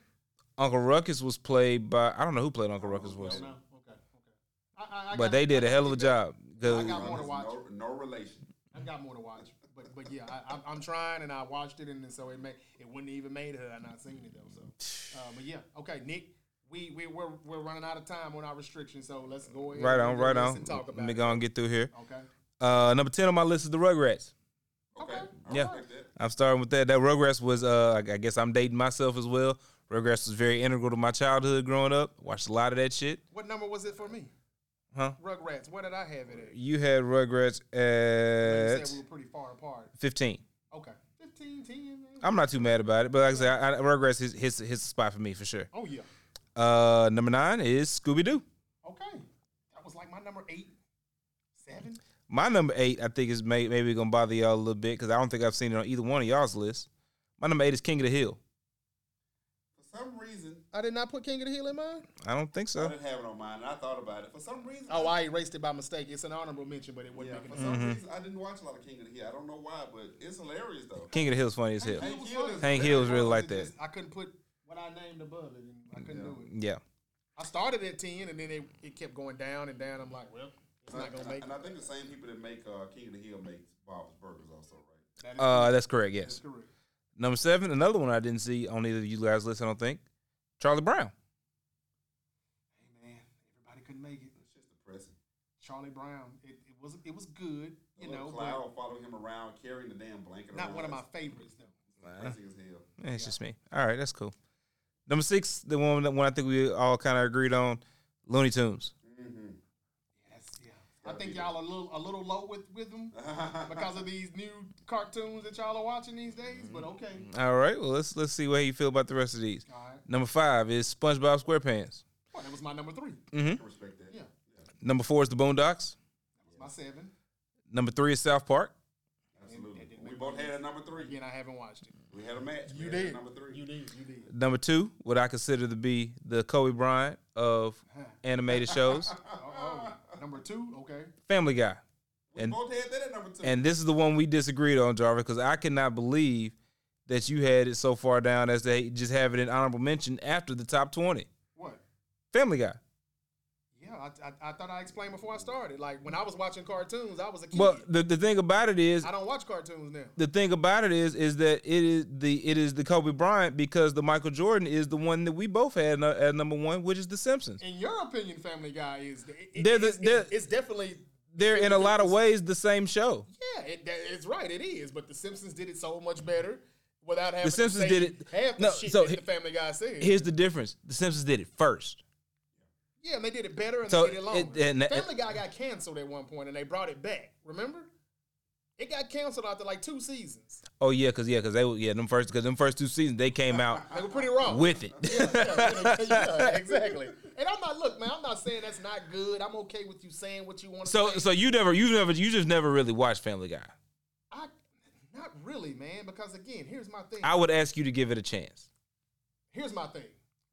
Speaker 2: Uncle Ruckus was played by I don't know who played Uncle Ruckus
Speaker 1: No,
Speaker 2: was,
Speaker 1: no. Okay, okay. I, I, I
Speaker 2: but
Speaker 1: got-
Speaker 2: they did
Speaker 1: I got
Speaker 2: a hell of a
Speaker 1: deep-
Speaker 2: job. 'cause-
Speaker 1: I got more to
Speaker 3: Ruckus,
Speaker 1: watch.
Speaker 3: No, no relation.
Speaker 1: I got more to watch, but but yeah, I, I'm, I'm trying, and I watched it, and then so it may it wouldn't even made it had I not seen it though. So, uh, but yeah, okay, Nick, we we we're, we're running out of time on our restrictions, so let's go ahead.
Speaker 2: right
Speaker 1: and
Speaker 2: on,
Speaker 1: do
Speaker 2: right
Speaker 1: this
Speaker 2: on.
Speaker 1: And talk
Speaker 2: Let
Speaker 1: about
Speaker 2: me
Speaker 1: it.
Speaker 2: go and get through here.
Speaker 1: Okay.
Speaker 2: Uh, number ten on my list is the Rugrats.
Speaker 3: Okay.
Speaker 1: Okay.
Speaker 3: I
Speaker 2: Yeah.
Speaker 3: respect that.
Speaker 2: I'm starting with that. That Rugrats was, uh, I I guess I'm dating myself as well. Rugrats was very integral to my childhood growing up. Watched a lot of that shit.
Speaker 1: What number was it for me?
Speaker 2: Huh?
Speaker 1: Rugrats. Where did I have it at? You
Speaker 2: You had Rugrats
Speaker 1: said
Speaker 2: at
Speaker 1: we were pretty far apart.
Speaker 2: 15.
Speaker 1: Okay, 15, 10. man.
Speaker 2: I'm not too mad about it, but like I said, I, I, Rugrats his his his spot for me for sure.
Speaker 1: Oh yeah.
Speaker 2: Uh, number nine is Scooby Doo.
Speaker 1: Okay, that was like my number eight, seven.
Speaker 2: My number eight, I think, is may, maybe gonna bother y'all a little bit because I don't think I've seen it on either one of y'all's list. My number eight is King of the Hill.
Speaker 3: For some reason,
Speaker 1: I did not put King of the Hill in mine.
Speaker 2: I don't think
Speaker 3: I
Speaker 2: so.
Speaker 3: didn't have it on mine. And I thought about it. For some reason,
Speaker 1: Oh, I Mm-hmm. erased it by mistake. It's an honorable mention, but it
Speaker 3: Yeah,
Speaker 1: wouldn't make it.
Speaker 3: for some reason I didn't watch a lot of King of the Hill. I don't know why, but it's hilarious though.
Speaker 2: King of the Hill is funny as hell.
Speaker 1: Mm-hmm. was
Speaker 3: is
Speaker 2: Hank Hill is
Speaker 3: very
Speaker 2: really like
Speaker 3: funny.
Speaker 2: that.
Speaker 3: Just-
Speaker 1: I couldn't put what I named above it, and I couldn't do it.
Speaker 2: Yeah,
Speaker 1: I started at ten, and then it, it kept going down and down. I'm like, well, it's not gonna make
Speaker 3: And
Speaker 1: it.
Speaker 3: I think the same people that make uh, King of the Hill make Bob's Burgers also, right?
Speaker 1: That is
Speaker 2: uh, that's correct. Yes.
Speaker 1: correct.
Speaker 2: Number seven, another one I didn't see on either of you guys' list. I don't think. Charlie Brown.
Speaker 1: Hey man, everybody couldn't make it.
Speaker 3: It's just depressing.
Speaker 1: Charlie Brown, it, it was it was good,
Speaker 3: The
Speaker 1: you know,
Speaker 3: clown
Speaker 1: but
Speaker 3: following him around, carrying the damn blanket.
Speaker 1: not
Speaker 3: around.
Speaker 1: one of my favorites though.
Speaker 3: It's depressing as hell.
Speaker 2: Eh, it's just me. All right, that's cool. Number six, the one that one I think we all kind of agreed on, Looney Tunes.
Speaker 1: Yeah, that's, yeah. I think y'all are a little a little low with with them because of these new cartoons that y'all are watching these days. But
Speaker 2: Mm-hmm.
Speaker 1: okay,
Speaker 2: All right, well let's let's see what you feel about the rest of these.
Speaker 1: all right.
Speaker 2: Number five is SpongeBob SquarePants.
Speaker 1: Well, that was my number three.
Speaker 3: I can respect that.
Speaker 1: Yeah,
Speaker 2: Number four is the Boondocks.
Speaker 1: that was my seven.
Speaker 2: Number three is South Park.
Speaker 3: Absolutely.
Speaker 1: That didn't
Speaker 3: We
Speaker 1: make
Speaker 3: both
Speaker 1: my
Speaker 3: had a number three.
Speaker 1: Again, I haven't watched it.
Speaker 3: We had a match. We
Speaker 1: You
Speaker 3: had a
Speaker 1: did.
Speaker 3: Number three.
Speaker 1: You did. You did.
Speaker 2: Number two, what I consider to be the Kobe Bryant of animated shows,
Speaker 1: Oh, number two. Okay.
Speaker 2: Family Guy.
Speaker 3: We
Speaker 2: And-
Speaker 3: both had that at number two.
Speaker 2: And this is the one we disagreed on, Jarvis, because I cannot believe that you had it so far down as they just have it in honorable mention after the top 20.
Speaker 1: What?
Speaker 2: Family Guy.
Speaker 1: Yeah, I, I, I thought I explained before I started. Like when I was watching cartoons, I was a kid.
Speaker 2: But the, the thing about it is,
Speaker 1: I don't watch cartoons now.
Speaker 2: the thing about it is, is that it is the it is the Kobe Bryant because the Michael Jordan is the one that we both had nu- at number one, which is the Simpsons.
Speaker 1: In your opinion, Family Guy is it,
Speaker 2: They're
Speaker 1: it,
Speaker 2: the-
Speaker 1: it's,
Speaker 2: they're-
Speaker 1: it's definitely
Speaker 2: They're in a lot of ways the same show.
Speaker 1: yeah. It, that, it's right. It is. But The Simpsons did it so much better without having
Speaker 2: Simpsons
Speaker 1: to say
Speaker 2: did it-
Speaker 1: Half the
Speaker 2: no,
Speaker 1: shit
Speaker 2: so
Speaker 1: that
Speaker 2: he-
Speaker 1: the Family Guy said.
Speaker 2: Here's the difference: The Simpsons did it first.
Speaker 1: yeah, and they did it better and
Speaker 2: So
Speaker 1: they did it
Speaker 2: it-
Speaker 1: longer.
Speaker 2: and uh, that-
Speaker 1: Family Guy got canceled at one point and they brought it back. Remember? It got canceled after like two seasons.
Speaker 2: Oh yeah, cause yeah, cause they were- yeah them first because them first two seasons they came out
Speaker 1: They were pretty raw.
Speaker 2: with it.
Speaker 1: yeah, yeah, yeah, yeah, exactly. And I'm not look, man. I'm not saying that's not good. I'm okay with you saying what you want to
Speaker 2: So
Speaker 1: say.
Speaker 2: so you never you never you just never really watched Family Guy.
Speaker 1: I, not really, man. Because again, here's my thing.
Speaker 2: I would ask you to give it a chance.
Speaker 1: here's my thing.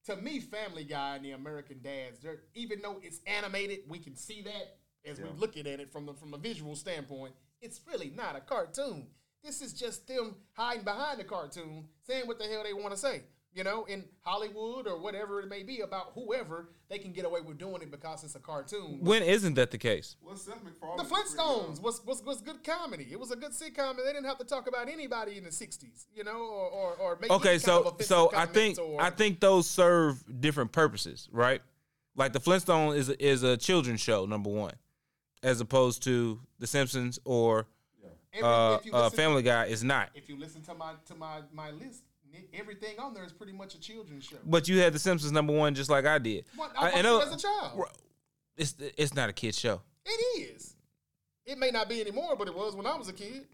Speaker 1: To me, Family Guy and the American Dads, they're, even though it's animated, we can see that as
Speaker 3: Yeah.
Speaker 1: we're looking at it from the, from a visual standpoint. It's really not a cartoon. This is just them hiding behind the cartoon, saying what the hell they want to say. You know, in Hollywood or whatever it may be about whoever, they can get away with doing it because it's a cartoon.
Speaker 2: When isn't that the case?
Speaker 3: Well, Seth MacFarlane.
Speaker 1: The
Speaker 3: was pretty
Speaker 1: Flintstones
Speaker 3: young.
Speaker 1: was, was was good comedy. It was a good sitcom, and they didn't have to talk about anybody in the '60s, you know, or or, or make
Speaker 2: Okay,
Speaker 1: any kind
Speaker 2: so
Speaker 1: of offensive
Speaker 2: so I
Speaker 1: comments
Speaker 2: think
Speaker 1: or,
Speaker 2: I think those serve different purposes, right? Like the Flintstone is is a children's show number one, as opposed to the Simpsons or
Speaker 1: every-
Speaker 2: uh,
Speaker 1: if you
Speaker 2: uh,
Speaker 1: listen-
Speaker 2: Family Guy is not.
Speaker 1: If you listen to my to my my list, Nick, everything on there is pretty much a children's show.
Speaker 2: But you had the Simpsons number one just like I did.
Speaker 1: What I, watched
Speaker 2: and
Speaker 1: it
Speaker 2: uh,
Speaker 1: as a child,
Speaker 2: It's it's not a kid show.
Speaker 1: it is. It may not be anymore, but it was when I was a kid.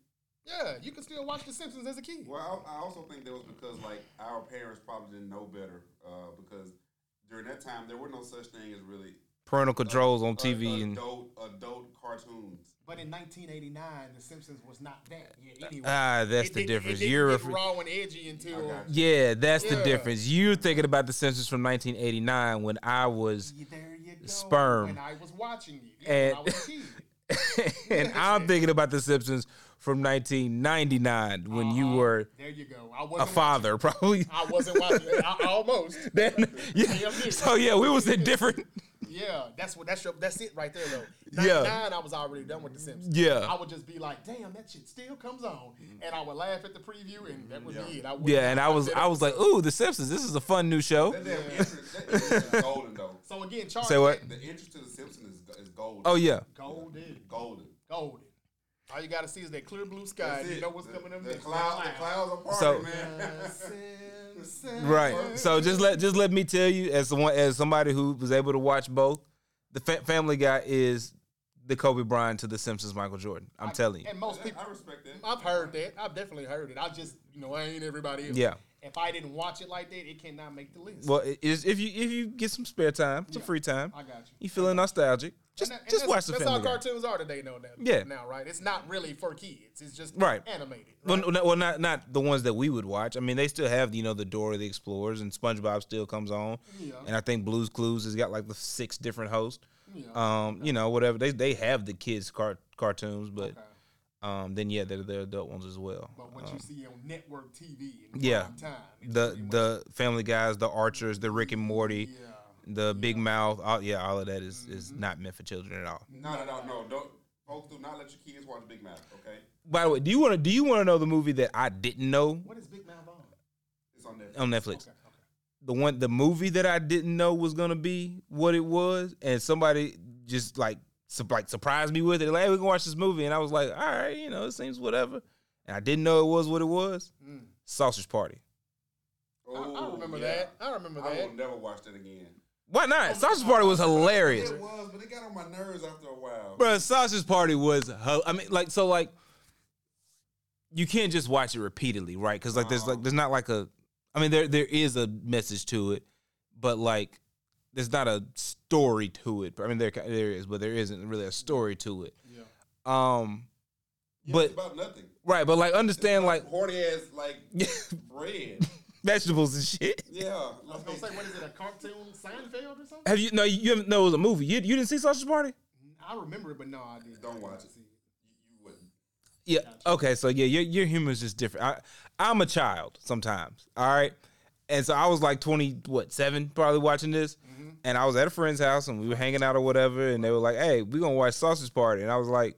Speaker 1: Yeah, you can still watch The Simpsons as a kid.
Speaker 3: Well, I, I also think that was because like our parents probably didn't know better uh, because during that time there were no such thing as really
Speaker 2: Parental controls on
Speaker 3: uh,
Speaker 2: TV and
Speaker 3: adult adult cartoons.
Speaker 1: But in 1989, The Simpsons was not that yet. Anyway,
Speaker 2: ah, that's
Speaker 1: It
Speaker 2: the
Speaker 1: didn't-
Speaker 2: difference.
Speaker 1: It didn't
Speaker 2: You're
Speaker 1: get
Speaker 2: refer-
Speaker 1: raw and edgy until
Speaker 3: got
Speaker 2: yeah, that's the
Speaker 1: Yeah.
Speaker 2: difference. You're thinking about the Simpsons from 1989 when I was,
Speaker 1: Yeah, There you go.
Speaker 2: Sperm.
Speaker 1: And I was watching you. and
Speaker 2: And-
Speaker 1: I was a kid.
Speaker 2: and I'm thinking about the Simpsons from 1999 when you
Speaker 1: Uh-huh.
Speaker 2: were
Speaker 1: There you go. I wasn't
Speaker 2: a father, probably.
Speaker 1: watching- I wasn't watching. I, I almost.
Speaker 2: Then- yeah.
Speaker 1: dude.
Speaker 2: So yeah, we was in different.
Speaker 1: Yeah, that's what that's your, that's it right there though.
Speaker 2: Yeah.
Speaker 1: 99, I was already done with The Simpsons.
Speaker 2: Yeah. Mm-hmm.
Speaker 1: I would just be like, damn, that shit still comes on, and I would laugh at the preview, and that would be
Speaker 3: Yeah.
Speaker 1: it. I would
Speaker 2: Yeah, and I was I was like, ooh, the Simpsons. This is a fun new show.
Speaker 3: That damn interest, that interest is golden though.
Speaker 1: So again, Charlie.
Speaker 2: Say what?
Speaker 3: The interest to the Simpsons is, is golden.
Speaker 2: Oh yeah.
Speaker 1: Golden,
Speaker 3: golden.
Speaker 1: golden. All you gotta see is that clear blue sky.
Speaker 3: That's
Speaker 1: and You
Speaker 3: it.
Speaker 1: know what's
Speaker 3: the,
Speaker 1: coming up
Speaker 3: the
Speaker 1: next.
Speaker 3: Cloud, the
Speaker 1: Wow.
Speaker 3: clouds are party,
Speaker 2: So-
Speaker 3: man.
Speaker 1: Simpsons.
Speaker 2: Right. So just let just let me tell you, as someone as somebody who was able to watch both, the fa- Family Guy is the Kobe Bryant to the Simpsons Michael Jordan. I'm telling you.
Speaker 1: And most people,
Speaker 3: I respect that.
Speaker 1: I've heard that. I've definitely heard it. I just, you know, I ain't everybody else.
Speaker 2: Yeah.
Speaker 1: If I didn't watch it like that, it cannot make the list.
Speaker 2: Well, it is if you if you get some spare time, some
Speaker 1: Yeah.
Speaker 2: free time,
Speaker 1: I got you.
Speaker 2: you feeling nostalgic, just
Speaker 1: And that- and
Speaker 2: just
Speaker 1: that's-
Speaker 2: watch the
Speaker 1: That's
Speaker 2: Family
Speaker 1: how
Speaker 2: Guy.
Speaker 1: cartoons are today, no doubt.
Speaker 2: Yeah.
Speaker 1: Now, right? It's not really for kids. It's just
Speaker 2: Right.
Speaker 1: animated.
Speaker 2: Well,
Speaker 1: right?
Speaker 2: no, no- well, not not the ones that we would watch. I mean, they still have you know the Dora the Explorers and SpongeBob still comes on,
Speaker 1: Yeah.
Speaker 2: and I think Blue's Clues has got like the six different hosts.
Speaker 1: Yeah.
Speaker 2: Um, you know, whatever they they have the kids car- cartoons, but
Speaker 1: Okay.
Speaker 2: um, then yeah, they're the adult ones as well.
Speaker 1: But
Speaker 3: Oh.
Speaker 1: what you see on network TV in
Speaker 2: yeah.
Speaker 1: prime time. it's
Speaker 2: The
Speaker 1: pretty much-
Speaker 2: the Family Guys, the Archers, the Rick and Morty,
Speaker 1: Yeah. Mm-hmm.
Speaker 2: the Big Mouth, all, yeah, all of that is is not meant for children at all.
Speaker 3: No, no, no, no. Don't, folks, do not let your kids watch Big Mouth. Okay,
Speaker 2: By the way, do you want to do you want to know the movie that I didn't know
Speaker 1: What is Big Mouth on?
Speaker 3: it's on there.
Speaker 2: on Netflix?
Speaker 1: Okay. okay.
Speaker 2: the one the movie that I didn't know was gonna be what it was, and somebody just like su- like surprised me with it. Like, hey, we can watch this movie, and I was like, all right, you know, it seems whatever. And I didn't know it was what it was.
Speaker 1: Mm.
Speaker 2: Sausage Party.
Speaker 1: I- I,
Speaker 3: Oh,
Speaker 1: remember
Speaker 3: yeah.
Speaker 1: that. I remember
Speaker 3: I
Speaker 1: that.
Speaker 3: will never watch that again.
Speaker 2: Why
Speaker 1: Oh
Speaker 2: not? Sausage Party was hilarious,
Speaker 3: It was, but it got on my nerves after a while.
Speaker 2: bro. Sausage Party was. hel- I mean, like so, like you can't just watch it repeatedly, right? Because like there's like there's not like a. I mean, there there is a message to it, but like there's not a story to it. I mean, there there is, but there isn't really a story to it.
Speaker 1: yeah.
Speaker 2: Um,
Speaker 3: Yeah,
Speaker 2: but-
Speaker 3: it's about nothing.
Speaker 2: right, but like understand like
Speaker 3: Horny ass like bread.
Speaker 2: vegetables and shit.
Speaker 3: Yeah,
Speaker 1: I was gonna say, what is it? A cartoon, Seinfeld or something?
Speaker 2: Have you no? You haven't know it was a movie. You you didn't see Sausage Party?
Speaker 1: I remember it, but no, I didn't.
Speaker 3: Don't watch it. you wouldn't.
Speaker 2: Yeah. Okay. So yeah, your your humor is just different. I I'm a child sometimes. All right. And so I was like twenty, what seven, probably watching this,
Speaker 1: Mm-hmm.
Speaker 2: and I was at a friend's house and we were hanging out or whatever, and they were like, "Hey, we gonna watch Sausage Party," and I was like,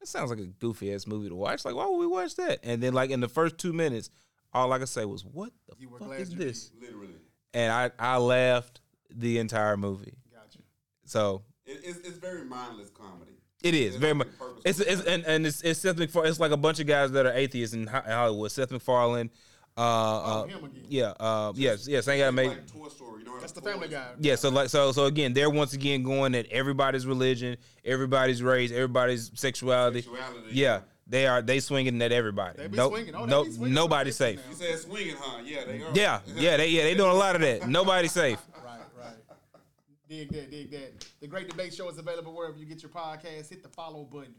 Speaker 2: "That sounds like a goofy ass movie to watch. Like, why would we watch that?" And then like in the first two minutes, all I could say was, "What the
Speaker 1: You were
Speaker 2: fuck
Speaker 1: glad
Speaker 2: is
Speaker 1: you
Speaker 2: this?"
Speaker 3: Literally,
Speaker 2: And I I laughed the entire movie.
Speaker 1: Gotcha.
Speaker 2: So
Speaker 3: it, it's, it's very mindless comedy.
Speaker 2: It is
Speaker 3: It's
Speaker 2: very much.
Speaker 3: like a purposeful
Speaker 2: It's, it's and, and it's, it's Seth MacFarlane. It's like a bunch of guys that are atheists in Ho- in Hollywood. Seth MacFarlane. Uh, uh,
Speaker 1: Oh, him again.
Speaker 2: yeah. Uh, yes. Yes. Ain't gotta
Speaker 3: It's
Speaker 2: make.
Speaker 3: like Toy Story. You know,
Speaker 1: That's the
Speaker 3: Toy-
Speaker 1: Family Guy.
Speaker 2: yeah. So like so so again, they're once again going at everybody's religion, everybody's race, everybody's sexuality.
Speaker 3: Sexuality.
Speaker 2: Yeah. They are they swinging at everybody.
Speaker 1: They be
Speaker 2: no,
Speaker 1: swinging. Oh, they
Speaker 2: no,
Speaker 1: be swinging
Speaker 2: nobody's
Speaker 1: somewhere
Speaker 2: safe.
Speaker 1: now.
Speaker 3: You said swinging, huh? Yeah, they are.
Speaker 2: Yeah, yeah, they yeah they doing a lot of that. Nobody's safe.
Speaker 1: Right, right. Dig that, dig that. The Great Debate Show is available wherever you get your podcast. Hit the follow button,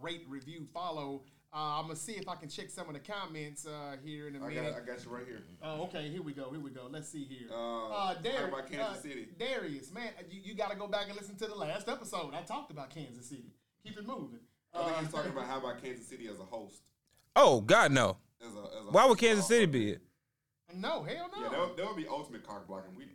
Speaker 1: rate, review, follow. Uh, I'm gonna see if I can check some of the comments uh, here in a
Speaker 3: I
Speaker 1: minute.
Speaker 3: got, I got you right here.
Speaker 1: Oh, okay. Here we go. Here we go. Let's see here.
Speaker 3: Uh,
Speaker 1: Uh, Darius,
Speaker 3: talking about Kansas City.
Speaker 1: Darius, man, uh, you, you got to go back and listen to the last episode. I talked about Kansas City. Keep it moving.
Speaker 3: I think
Speaker 1: Uh,
Speaker 3: he's talking about how about Kansas City as a host.
Speaker 2: Oh God, no.
Speaker 3: As a, as a
Speaker 2: Why would
Speaker 3: host.
Speaker 2: Kansas City be it?
Speaker 1: no, hell no.
Speaker 3: Yeah, that would, that would be ultimate cock blocking. We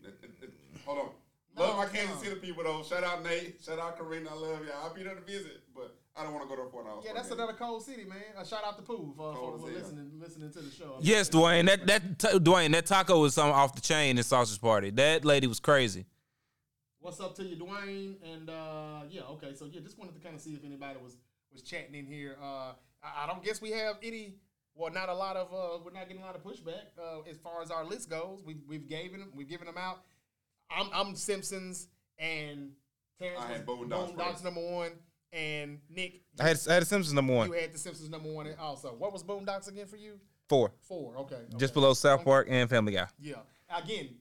Speaker 3: hold on.
Speaker 1: No,
Speaker 3: love my Kansas
Speaker 1: no.
Speaker 3: City people though. Shout out Nate. Shout out Karina. I love y'all. I'll be there to visit, but I don't want to go there for an hour.
Speaker 1: Yeah, that's another cold city, man. Uh, shout out to Pooh for, for,
Speaker 3: Cold
Speaker 1: for
Speaker 3: as hell.
Speaker 1: listening listening to the show.
Speaker 2: Yes, Dwayne. That that ta- Dwayne that taco was something off the chain in Sausage Party. That lady was crazy.
Speaker 1: What's up to you, Dwayne? And uh, yeah, okay. So yeah, just wanted to kind of see if anybody was was chatting in here. Uh, I, I don't guess we have any. Well, not a lot of. Uh, we're not getting a lot of pushback uh, as far as our list goes. We've we've given them, we've given them out. I'm I'm Simpsons and Terrence
Speaker 3: I
Speaker 1: was
Speaker 3: had Boondocks first.
Speaker 1: number one and Nick.
Speaker 2: I had I had the Simpsons number one,
Speaker 1: You had the Simpsons number one and also. What was Boondocks again for you?
Speaker 2: four,
Speaker 1: Four. Okay. okay.
Speaker 2: just below South Park and Family Guy.
Speaker 1: Yeah. Again,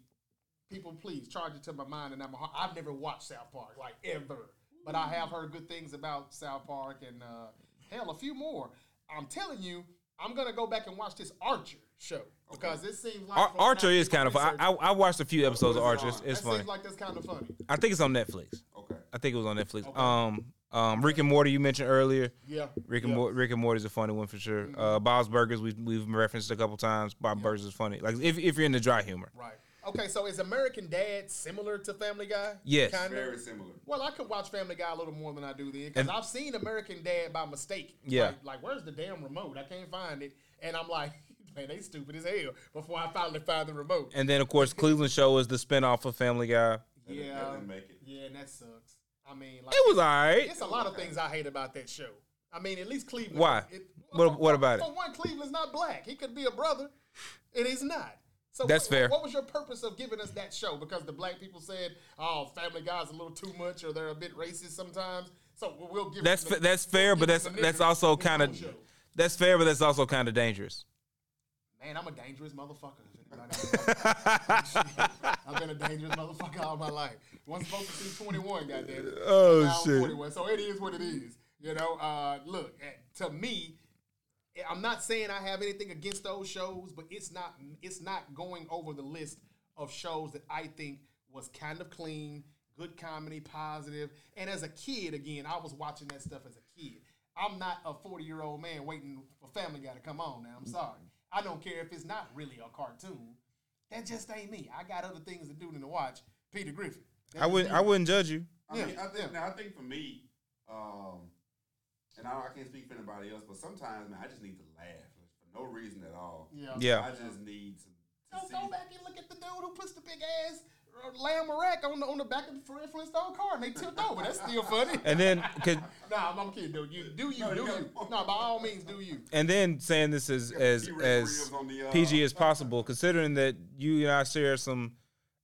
Speaker 1: people, please charge it to my mind and not my heart. I've never watched South Park like ever, but I have heard good things about South Park and uh, hell, a few more. I'm telling you, I'm gonna go back and watch this Archer show because this seems like
Speaker 2: Ar-
Speaker 1: from
Speaker 2: Archer
Speaker 1: now-
Speaker 2: is kind of fun. I, I I watched a few episodes of
Speaker 3: What is it
Speaker 2: Archer. It's,
Speaker 3: on?
Speaker 2: it's
Speaker 1: that
Speaker 2: funny.
Speaker 1: seems like that's kind of funny.
Speaker 2: I think it's on Netflix.
Speaker 3: Okay.
Speaker 2: I think it was on Netflix. Um, um, Rick and Morty you mentioned earlier.
Speaker 1: Yeah,
Speaker 2: Rick and
Speaker 1: yeah.
Speaker 2: Mor- Rick and Morty's a funny one for sure. Uh, Bob's Burgers we've we've referenced a couple times. Bob Burgers is funny. Like if if you're into dry humor.
Speaker 1: Right. Okay, so is American Dad similar to Family Guy?
Speaker 2: Yes.
Speaker 1: Kind of.
Speaker 3: Very similar.
Speaker 1: Well, I could watch Family Guy a little more than I do then because
Speaker 2: And-
Speaker 1: I've seen American Dad by mistake.
Speaker 2: Yeah.
Speaker 1: Like, like, where's the damn remote? I can't find it. And I'm like, man, they stupid as hell before I finally find the remote.
Speaker 2: And then of course Cleveland Show is the spinoff of Family Guy.
Speaker 3: That didn't-
Speaker 1: yeah.
Speaker 3: that didn't make it.
Speaker 1: Yeah, and that sucks. I mean, like,
Speaker 2: It was alright.
Speaker 1: it's a lot of things I hate about that show. I mean, at least Cleveland.
Speaker 2: Why?
Speaker 1: it-
Speaker 2: What- what about it?
Speaker 1: For one, Cleveland's not black. He could be a brother, and he's not. So
Speaker 2: That's
Speaker 1: what,
Speaker 2: fair.
Speaker 1: What was your purpose of giving us that show? Because the black people said, "Oh, Family Guy's a little too much, or they're a bit racist sometimes." So we'll- we'll give.
Speaker 2: That's
Speaker 1: them
Speaker 2: fa-
Speaker 1: the-
Speaker 2: that's fair,
Speaker 1: give
Speaker 2: but
Speaker 1: us
Speaker 2: that's
Speaker 1: the
Speaker 2: that's
Speaker 1: nigger
Speaker 2: also
Speaker 1: in the
Speaker 2: kind of
Speaker 1: whole show.
Speaker 2: that's fair, but that's also kind of dangerous.
Speaker 1: Man, I'm a dangerous motherfucker. if anybody knows. I've been a dangerous motherfucker all my life. Once supposed to see 21, goddamn. it.
Speaker 2: Oh,
Speaker 1: Now I'm
Speaker 2: shit.
Speaker 1: 41, so it is what it is. You know, uh, look, eh, to me, eh, I'm not saying I have anything against those shows, but it's not it's not going over the list of shows that I think was kind of clean, good comedy, positive. And as a kid, again, I was watching that stuff as a kid. I'm not a 40 year old man waiting for Family Guy to come on. Now I'm sorry, I don't care if it's not really a cartoon. That just ain't me. I got other things to do than to watch Peter Griffin.
Speaker 2: I wouldn't I wouldn't judge you.
Speaker 3: I
Speaker 1: Yeah,
Speaker 3: mean, I think
Speaker 1: yeah.
Speaker 3: now I think for me, um, and I, I can't speak for anybody else, but sometimes man, I just need to laugh for no reason at all.
Speaker 1: Yeah.
Speaker 2: Yeah.
Speaker 3: I just need to, to
Speaker 1: Don't
Speaker 3: see.
Speaker 1: go back and look at the dude who puts the big ass uh, lamb or rack on the on the back of the Fred Flintstone car and they tipped over. That's still funny.
Speaker 2: And then 'cause-
Speaker 1: nah, I'm, I'm kidding, dude. You do you
Speaker 3: No,
Speaker 1: do
Speaker 3: you
Speaker 1: you?
Speaker 3: gotta-
Speaker 1: Nah, by all means, do you?
Speaker 2: and then saying this as as
Speaker 3: He read
Speaker 2: as
Speaker 3: ribs on the, uh,
Speaker 2: PG as possible, considering that you and I share some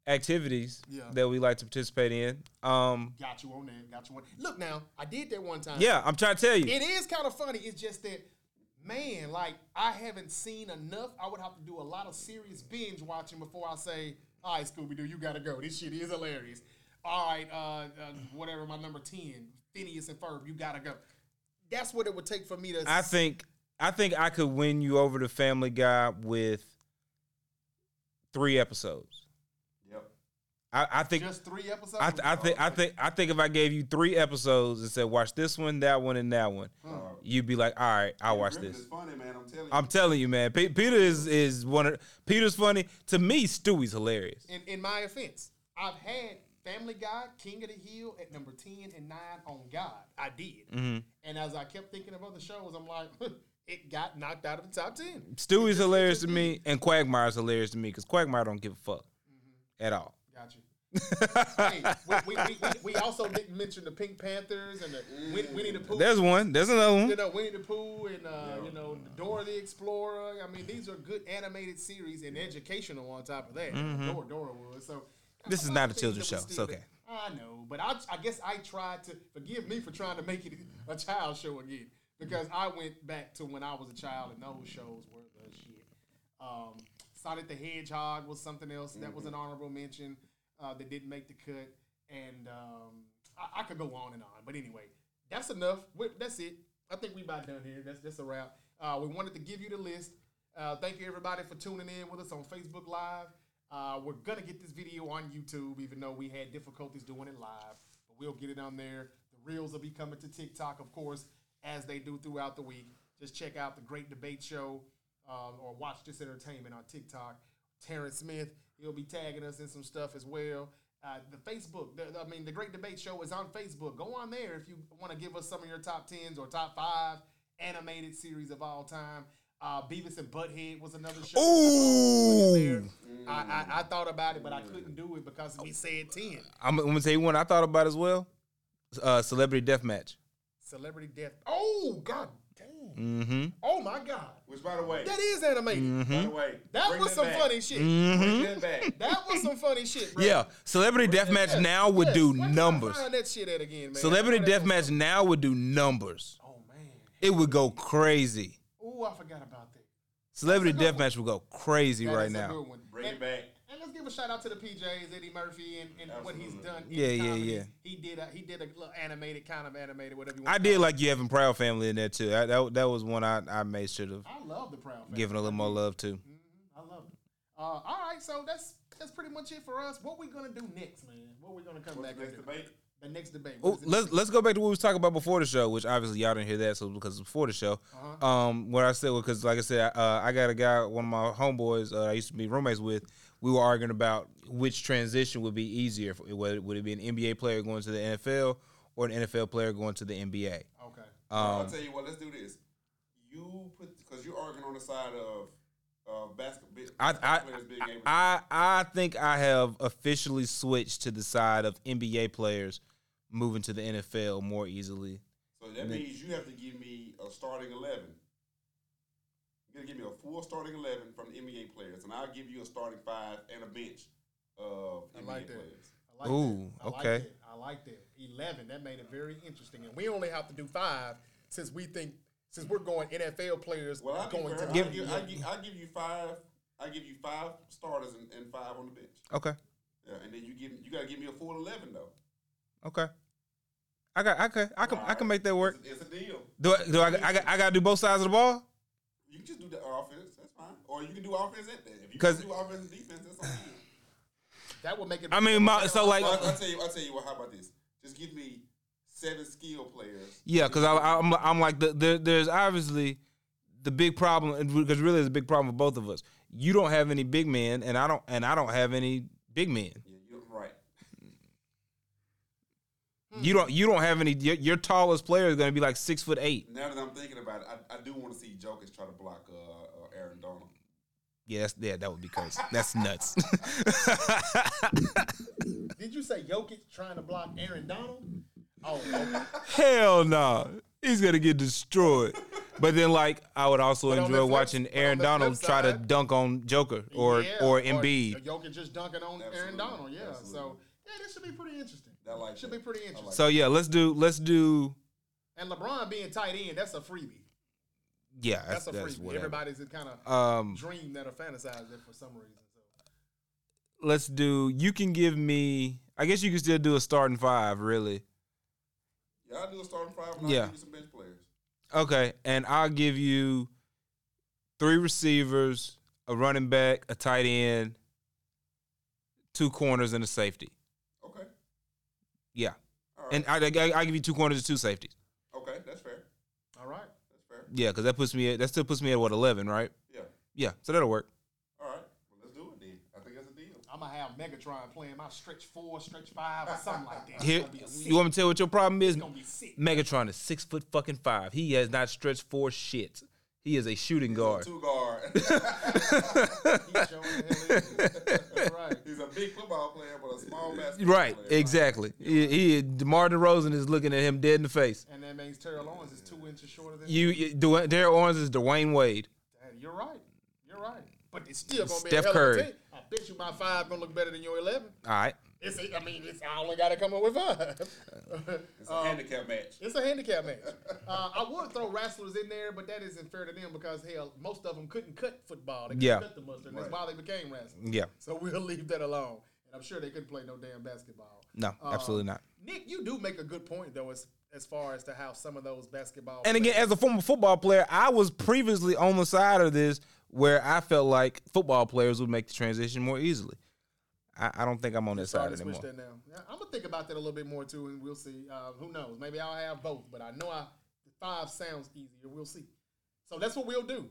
Speaker 2: activities
Speaker 1: Yeah.
Speaker 2: that we like to participate in. Um,
Speaker 1: Got you on that. Got you on. Look now, I did that one time.
Speaker 2: yeah, I'm trying to tell you.
Speaker 1: it is kind of funny. It's just that, man, like I haven't seen enough. I would have to do a lot of serious binge watching before I say, "All right, Scooby Doo, you gotta go. This shit is hilarious." All right, uh, uh, whatever my number ten, Phineas and Ferb, you gotta go. That's what it would take for me to.
Speaker 2: I think I think I could win you over to Family Guy with three episodes.
Speaker 3: Yep.
Speaker 2: I, I think
Speaker 1: just three episodes.
Speaker 2: I, th- I think I think I think if I gave you three episodes and said watch this one, that one, and that one,
Speaker 3: Uh,
Speaker 2: you'd be like, all right, I'll watch
Speaker 3: Griffin
Speaker 2: this.
Speaker 3: is funny, man. I'm telling you.
Speaker 2: I'm telling you, man. Pe- Peter is is one of Peter's funny. To me, Stewie's hilarious.
Speaker 1: in, in my offense, I've had Family Guy, King of the Hill at number 10 and 9 on God. I did.
Speaker 2: Mm-hmm.
Speaker 1: And as I kept thinking of other shows, I'm like, it got knocked out of the top 10.
Speaker 2: Stewie's hilarious to me, and Quagmire's hilarious to me because Quagmire don't give a fuck
Speaker 1: Mm-hmm.
Speaker 2: at all.
Speaker 1: Got you. hey, we, we, we, we, we also didn't mention the Pink Panthers and the Win- Winnie the Pooh.
Speaker 2: There's one. There's another
Speaker 1: you
Speaker 2: one.
Speaker 1: know, Winnie the Pooh and, uh, you know, Dora the Explorer. I mean, these are good animated series and educational on top of that. Dora, Dora was. So
Speaker 2: Mm-hmm. This is
Speaker 1: lot
Speaker 2: not a
Speaker 1: of things
Speaker 2: children's
Speaker 1: that
Speaker 2: show.
Speaker 1: we
Speaker 2: It's
Speaker 1: still-
Speaker 2: okay.
Speaker 1: I know, but I, I guess I tried to, forgive me for trying to make it a child show again. because I went back to when I was a child and those shows were the shit. Um, Sonic the Hedgehog was something else that was an honorable mention uh, that didn't make the cut, and um, I, I could go on and on. But anyway, that's enough. we that's it. I think we about done here. That's that's a wrap. Uh, we wanted to give you the list. Uh, thank you everybody for tuning in with us on Facebook Live. Uh, we're gonna get this video on YouTube, even though we had difficulties doing it live. But we'll get it on there. The reels will be coming to TikTok, of course, as they do throughout the week. Just check out the Great Debate Show um, or watch this entertainment on TikTok. Terrence Smith, he'll be tagging us in some stuff as well. Uh, the Facebook, the, I mean, the Great Debate Show is on Facebook. Go on there if you want to give us some of your top tens or top five animated series of all time. Uh, Beavis and Butthead was another show.
Speaker 2: Ooh.
Speaker 1: I, I, I thought about it, but I couldn't do it because we said 10.
Speaker 2: I'm, I'm gonna tell you one I thought about as well. Uh, celebrity death match.
Speaker 1: Celebrity Death. Oh, God damn.
Speaker 2: Mm-hmm.
Speaker 1: Oh, my God.
Speaker 3: Which, by the way,
Speaker 1: That is animated.
Speaker 3: by the way,
Speaker 1: That
Speaker 3: bring
Speaker 1: was
Speaker 3: it
Speaker 1: some
Speaker 3: back.
Speaker 1: funny shit.
Speaker 3: Bring it back.
Speaker 1: That was some funny shit, bro.
Speaker 2: Mm-hmm. Yeah, celebrity death match
Speaker 1: Yes,
Speaker 2: now would
Speaker 1: yes.
Speaker 2: do
Speaker 1: Where can I
Speaker 2: numbers.
Speaker 1: find that shit at again, man?
Speaker 2: Celebrity
Speaker 1: Where
Speaker 2: death
Speaker 1: that-
Speaker 2: match now would do numbers.
Speaker 1: Oh man.
Speaker 2: It would go crazy.
Speaker 1: Ooh, I forgot about that.
Speaker 2: Celebrity death match would go crazy
Speaker 1: That
Speaker 2: right
Speaker 1: is a
Speaker 2: now.
Speaker 1: good one.
Speaker 3: Bring
Speaker 1: and,
Speaker 3: it back.
Speaker 1: and let's give a shout out to the PJs, Eddie Murphy, and, and what he's
Speaker 3: Absolutely.
Speaker 1: done. in
Speaker 2: Yeah, yeah,
Speaker 1: comedy.
Speaker 2: yeah.
Speaker 1: He did a he did a little animated, kind of animated, whatever you want.
Speaker 2: I
Speaker 1: to
Speaker 2: did
Speaker 1: call it.
Speaker 2: like you having Proud Family in there too. I, that that was one I, I made should have
Speaker 1: I love the Proud Family.
Speaker 2: given a little more love to.
Speaker 1: I love it. Uh, all right, so that's that's pretty much it for us. What we gonna do next, man? What we gonna come
Speaker 3: What's
Speaker 1: back
Speaker 3: the next
Speaker 1: and do?
Speaker 3: debate?
Speaker 1: The next debate. What
Speaker 2: Oh,
Speaker 1: is it?
Speaker 2: let's let's go back to what we was talking about before the show, which obviously y'all didn't hear that, so because it's before the show,
Speaker 1: Uh-huh.
Speaker 2: um, where I said, well, because like I said, uh, I got a guy, one of my homeboys, uh, I used to be roommates with. We were arguing about which transition would be easier, for, whether would it be an NBA player going to the NFL or an NFL player going to the NBA.
Speaker 1: okay.
Speaker 3: I'll
Speaker 2: Um,
Speaker 3: tell you what. Let's do this. You put because you're arguing on the side of uh, basketball.
Speaker 2: I, I,
Speaker 3: players being
Speaker 2: I,
Speaker 3: able to-
Speaker 2: I I think I have officially switched to the side of NBA players moving to the NFL more easily.
Speaker 3: so that means you have to give me a starting eleven. You're gonna give me a full starting eleven from the NBA players, and I'll give you a starting five and a bench of
Speaker 1: I
Speaker 3: NBA
Speaker 1: like that.
Speaker 3: players.
Speaker 1: I like
Speaker 2: Ooh,
Speaker 1: that. I like
Speaker 2: okay.
Speaker 1: that. I like that. Eleven. That made it very interesting, and we only have to do five since we think since we're going NFL players
Speaker 3: Well, I'll,
Speaker 1: going to
Speaker 3: give,
Speaker 2: Give-
Speaker 3: I'll, give, I'll, give, I'll give you five. I give you five starters and, and five on the bench.
Speaker 2: Okay,
Speaker 3: Yeah, and then you give you gotta give me a full eleven though.
Speaker 2: okay, I got, I can, I can, I can make that work.
Speaker 3: It's, a deal.
Speaker 2: Do I, do I, I, got- I got to do both sides of the ball?
Speaker 3: You can just do the offense. That's fine. Or you can do offense and defense. If you
Speaker 2: 'Cause-
Speaker 3: can do offense and defense, that's on you.
Speaker 1: That would make it.
Speaker 2: I mean, my, so like,
Speaker 3: Well, I'll tell you. I'll tell you what. How about this? Just give me seven skill players.
Speaker 2: yeah, because I'm, I'm like, the, there, there's obviously the big problem because really, it's a big problem for both of us. You don't have any big men, and I don't, and I don't have any big men.
Speaker 3: Yeah, you're right.
Speaker 2: You don't, you don't have any. Your, your tallest player is going to be like six foot eight.
Speaker 3: Now that I'm thinking about it, I, I do want to see Jokers try to block uh, uh, Aaron Donald.
Speaker 2: Yeah, that's, yeah, that would be crazy. That's nuts.
Speaker 1: did you say Jokic trying to block Aaron Donald? Oh, okay.
Speaker 2: Hell no, he's gonna get destroyed. But then, like, I would also
Speaker 1: But on the
Speaker 2: enjoy
Speaker 1: flip-
Speaker 2: watching
Speaker 1: but on
Speaker 2: Aaron
Speaker 1: the flip
Speaker 2: Donald try to
Speaker 1: side-
Speaker 2: dunk on Joker or
Speaker 1: Yeah,
Speaker 2: or Embiid.
Speaker 1: Jokic just dunking on Aaron
Speaker 3: Absolutely.
Speaker 1: Donald. Yeah, so
Speaker 3: Absolutely.
Speaker 1: yeah, this should be pretty interesting.
Speaker 3: I like
Speaker 1: should
Speaker 3: that.
Speaker 1: be pretty
Speaker 3: I like
Speaker 1: interesting.
Speaker 2: So yeah, let's do let's do
Speaker 1: and LeBron being tight end, that's a freebie.
Speaker 2: yeah.
Speaker 1: That's,
Speaker 2: That's,
Speaker 1: a
Speaker 2: that's
Speaker 1: freebie.
Speaker 2: whatever.
Speaker 1: Everybody's kind of
Speaker 2: Um,
Speaker 1: dream that are fantasized it for some reason. So
Speaker 2: let's do. You can give me. I guess you can still do a starting five, really.
Speaker 3: Yeah, I'll do a starting five. And
Speaker 2: Yeah.
Speaker 3: I'll give you some bench players.
Speaker 2: Okay, and I'll give you three receivers, a running back, a tight end, two corners, and a safety.
Speaker 3: Okay.
Speaker 2: Yeah,
Speaker 3: All right.
Speaker 2: and I I, I give you two corners and two safeties.
Speaker 3: okay, that's fair.
Speaker 1: all right,
Speaker 3: That's fair.
Speaker 2: Yeah, because that puts me at, that still puts me at what eleven, right?
Speaker 3: Yeah.
Speaker 2: Yeah, so that'll work.
Speaker 3: All right. Well, let's do it then. I think that's a deal.
Speaker 1: I'm gonna have Megatron playing my stretch four, stretch five, or something like that.
Speaker 2: Here,
Speaker 1: It's gonna be sick.
Speaker 2: you want me to tell you what your problem is?
Speaker 1: It's gonna be sick.
Speaker 2: Megatron is six foot fucking five. He has not stretched for shit. He is a shooting guard.
Speaker 3: Two guard.
Speaker 1: He showing the hell is. That's right.
Speaker 3: He's a big football player, but a small basketball
Speaker 2: Right,
Speaker 3: player.
Speaker 2: exactly. He, he, DeMar DeRozan is looking at him dead in the face.
Speaker 1: And that means Terrell Owens is two inches shorter than
Speaker 2: You, you Dwayne- Darryl Owens is Dwayne Wade.
Speaker 1: Hey, You're right. You're right. But it's still gonna be
Speaker 2: Steph
Speaker 1: a hell of a
Speaker 2: Curry.
Speaker 1: team. I bet you my five gonna look better than your eleven.
Speaker 2: All right,
Speaker 1: It's, I mean, it's I only got to come up with five. Um,
Speaker 3: It's a handicap match.
Speaker 1: It's a handicap match. Uh, I would throw wrestlers in there, but that isn't fair to them because hell, most of them couldn't cut football. They couldn't
Speaker 2: Yeah.
Speaker 1: cut the mustard. and
Speaker 3: Right.
Speaker 1: That's why they became wrestlers.
Speaker 2: Yeah.
Speaker 1: So we'll leave that alone. And I'm sure they couldn't play no damn basketball.
Speaker 2: No, absolutely not.
Speaker 1: Nick, you do make a good point though, as as far as to how some of those basketball.
Speaker 2: And again, as a former football player, I was previously on the side of this where I felt like football players would make the transition more easily. I, I don't think I'm on that
Speaker 1: Sorry
Speaker 2: side
Speaker 1: to switch
Speaker 2: anymore.
Speaker 1: that now. Yeah, I'm gonna think about that a little bit more too, and we'll see. Uh, who knows? Maybe I'll have both, but I know I the five sounds easier. We'll see. So that's what we'll do.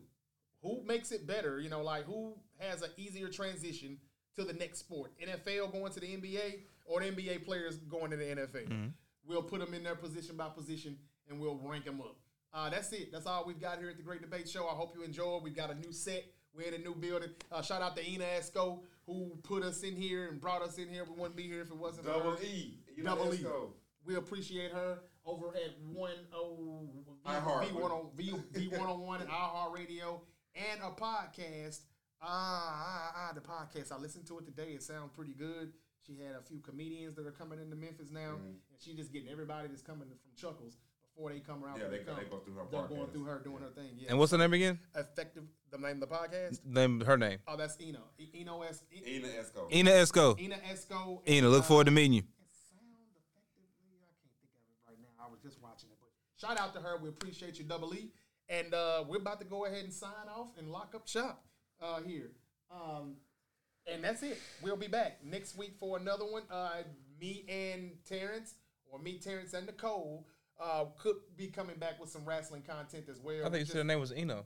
Speaker 1: Who makes it better? You know, like who has an easier transition to the next sport? NFL going to the NBA or the NBA players going to the NFL? We'll put them in their position by position, and we'll rank them up. Uh, that's it. That's all we've got here at the Great Debate Show. I hope you enjoyed. We've got a new set. We're in a new building. Uh, shout out to Ina Esco who put us in here and brought us in here. We wouldn't be here if it wasn't for
Speaker 3: Double
Speaker 1: her.
Speaker 3: E. You know,
Speaker 1: Double
Speaker 3: let's
Speaker 1: E.
Speaker 3: go.
Speaker 1: We appreciate her over at one oh
Speaker 3: iHeart.
Speaker 1: V one oh V V one oh one iHeart Radio and a podcast. Ah, ah, ah, the podcast. I listened to it today. It sounds pretty good. She had a few comedians that are coming into Memphis now,
Speaker 3: Mm-hmm.
Speaker 1: and she just getting everybody that's coming from Chuckles before they come around.
Speaker 3: Yeah,
Speaker 1: when
Speaker 3: they-
Speaker 1: come.
Speaker 3: they go through her
Speaker 1: They're going
Speaker 3: podcast.
Speaker 1: through her doing her thing. Yeah,
Speaker 2: And what's her name again?
Speaker 1: effective? The name of the podcast?
Speaker 2: Name her name.
Speaker 1: Oh, that's Eno. E- Eno S. E-
Speaker 3: Ina Esco.
Speaker 2: Ina Esco.
Speaker 1: Ina Esco. and,
Speaker 2: Ina, look
Speaker 1: uh,
Speaker 2: forward to meeting you.
Speaker 1: sound effectively. I can't think of it right now. I was just watching it, but shout out to her. We appreciate you, Double E, and uh, we're about to go ahead and sign off and lock up shop uh, here. Um, and that's it. We'll be back next week for another one. Uh, me and Terrence, or me, Terrence, and Nicole. Uh, could be coming back with some wrestling content as well.
Speaker 2: I think you
Speaker 1: Just-
Speaker 2: said her name was Ino.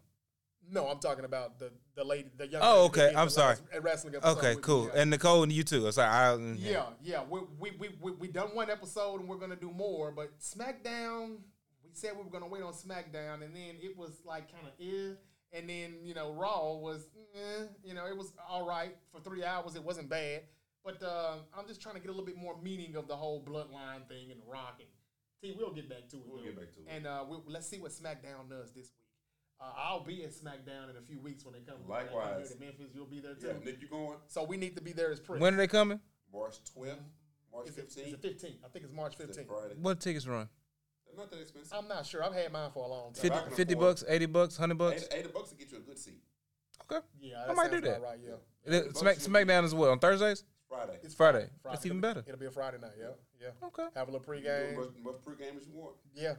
Speaker 1: no, I'm talking about the the lady, the young.
Speaker 2: Oh,
Speaker 1: lady that
Speaker 2: okay.
Speaker 1: did
Speaker 2: I'm
Speaker 1: the
Speaker 2: sorry.
Speaker 1: last- at wrestling. episode
Speaker 2: Okay,
Speaker 1: with me.
Speaker 2: cool.
Speaker 1: Yeah.
Speaker 2: And Nicole and you too. Sorry, I, mm.
Speaker 1: Yeah, yeah. We we, we, we we done one episode and we're gonna do more, but SmackDown, we said we were gonna wait on SmackDown, and then it was like kind of eh, and then you know Raw was, eh, you know, it was all right for three hours. It wasn't bad, but uh, I'm just trying to get a little bit more meaning of the whole Bloodline thing and the Rock and see. We'll get back to it.
Speaker 3: We'll
Speaker 1: though.
Speaker 3: get back to it.
Speaker 1: And uh, we'll, let's see what SmackDown does this week. Uh, I'll be at SmackDown in a few weeks when they come. when they come here
Speaker 3: Likewise.
Speaker 1: to Memphis, you'll be there too.
Speaker 3: Yeah, Nick, you going?
Speaker 1: So we need to be there as press.
Speaker 2: When are they coming?
Speaker 3: March 12th? March
Speaker 1: Is it, is
Speaker 3: 15th?
Speaker 1: it 15? I think it's March 15.
Speaker 3: Friday.
Speaker 2: What tickets run?
Speaker 3: They're not that expensive.
Speaker 1: I'm not sure. I've had mine for a long time.
Speaker 2: 50,
Speaker 3: I can
Speaker 2: 50
Speaker 3: afford-
Speaker 2: bucks, 80 bucks, 100
Speaker 3: Eight,
Speaker 2: bucks?
Speaker 3: eight bucks to get you a good seat.
Speaker 2: Okay.
Speaker 1: Yeah,
Speaker 2: I might do
Speaker 1: sounds about
Speaker 2: that.
Speaker 1: Right, yeah.
Speaker 2: It- Smack, SmackDown is what, on Thursdays?
Speaker 3: Friday.
Speaker 1: It's
Speaker 2: Friday.
Speaker 1: Friday.
Speaker 2: That's even
Speaker 1: It'll be-
Speaker 2: better. Oh,
Speaker 1: It'll be a Friday night. Yeah, yeah.
Speaker 2: Okay.
Speaker 1: Have a little
Speaker 3: Do as
Speaker 1: pregame.
Speaker 3: much, much pregame as you want.
Speaker 1: Yeah,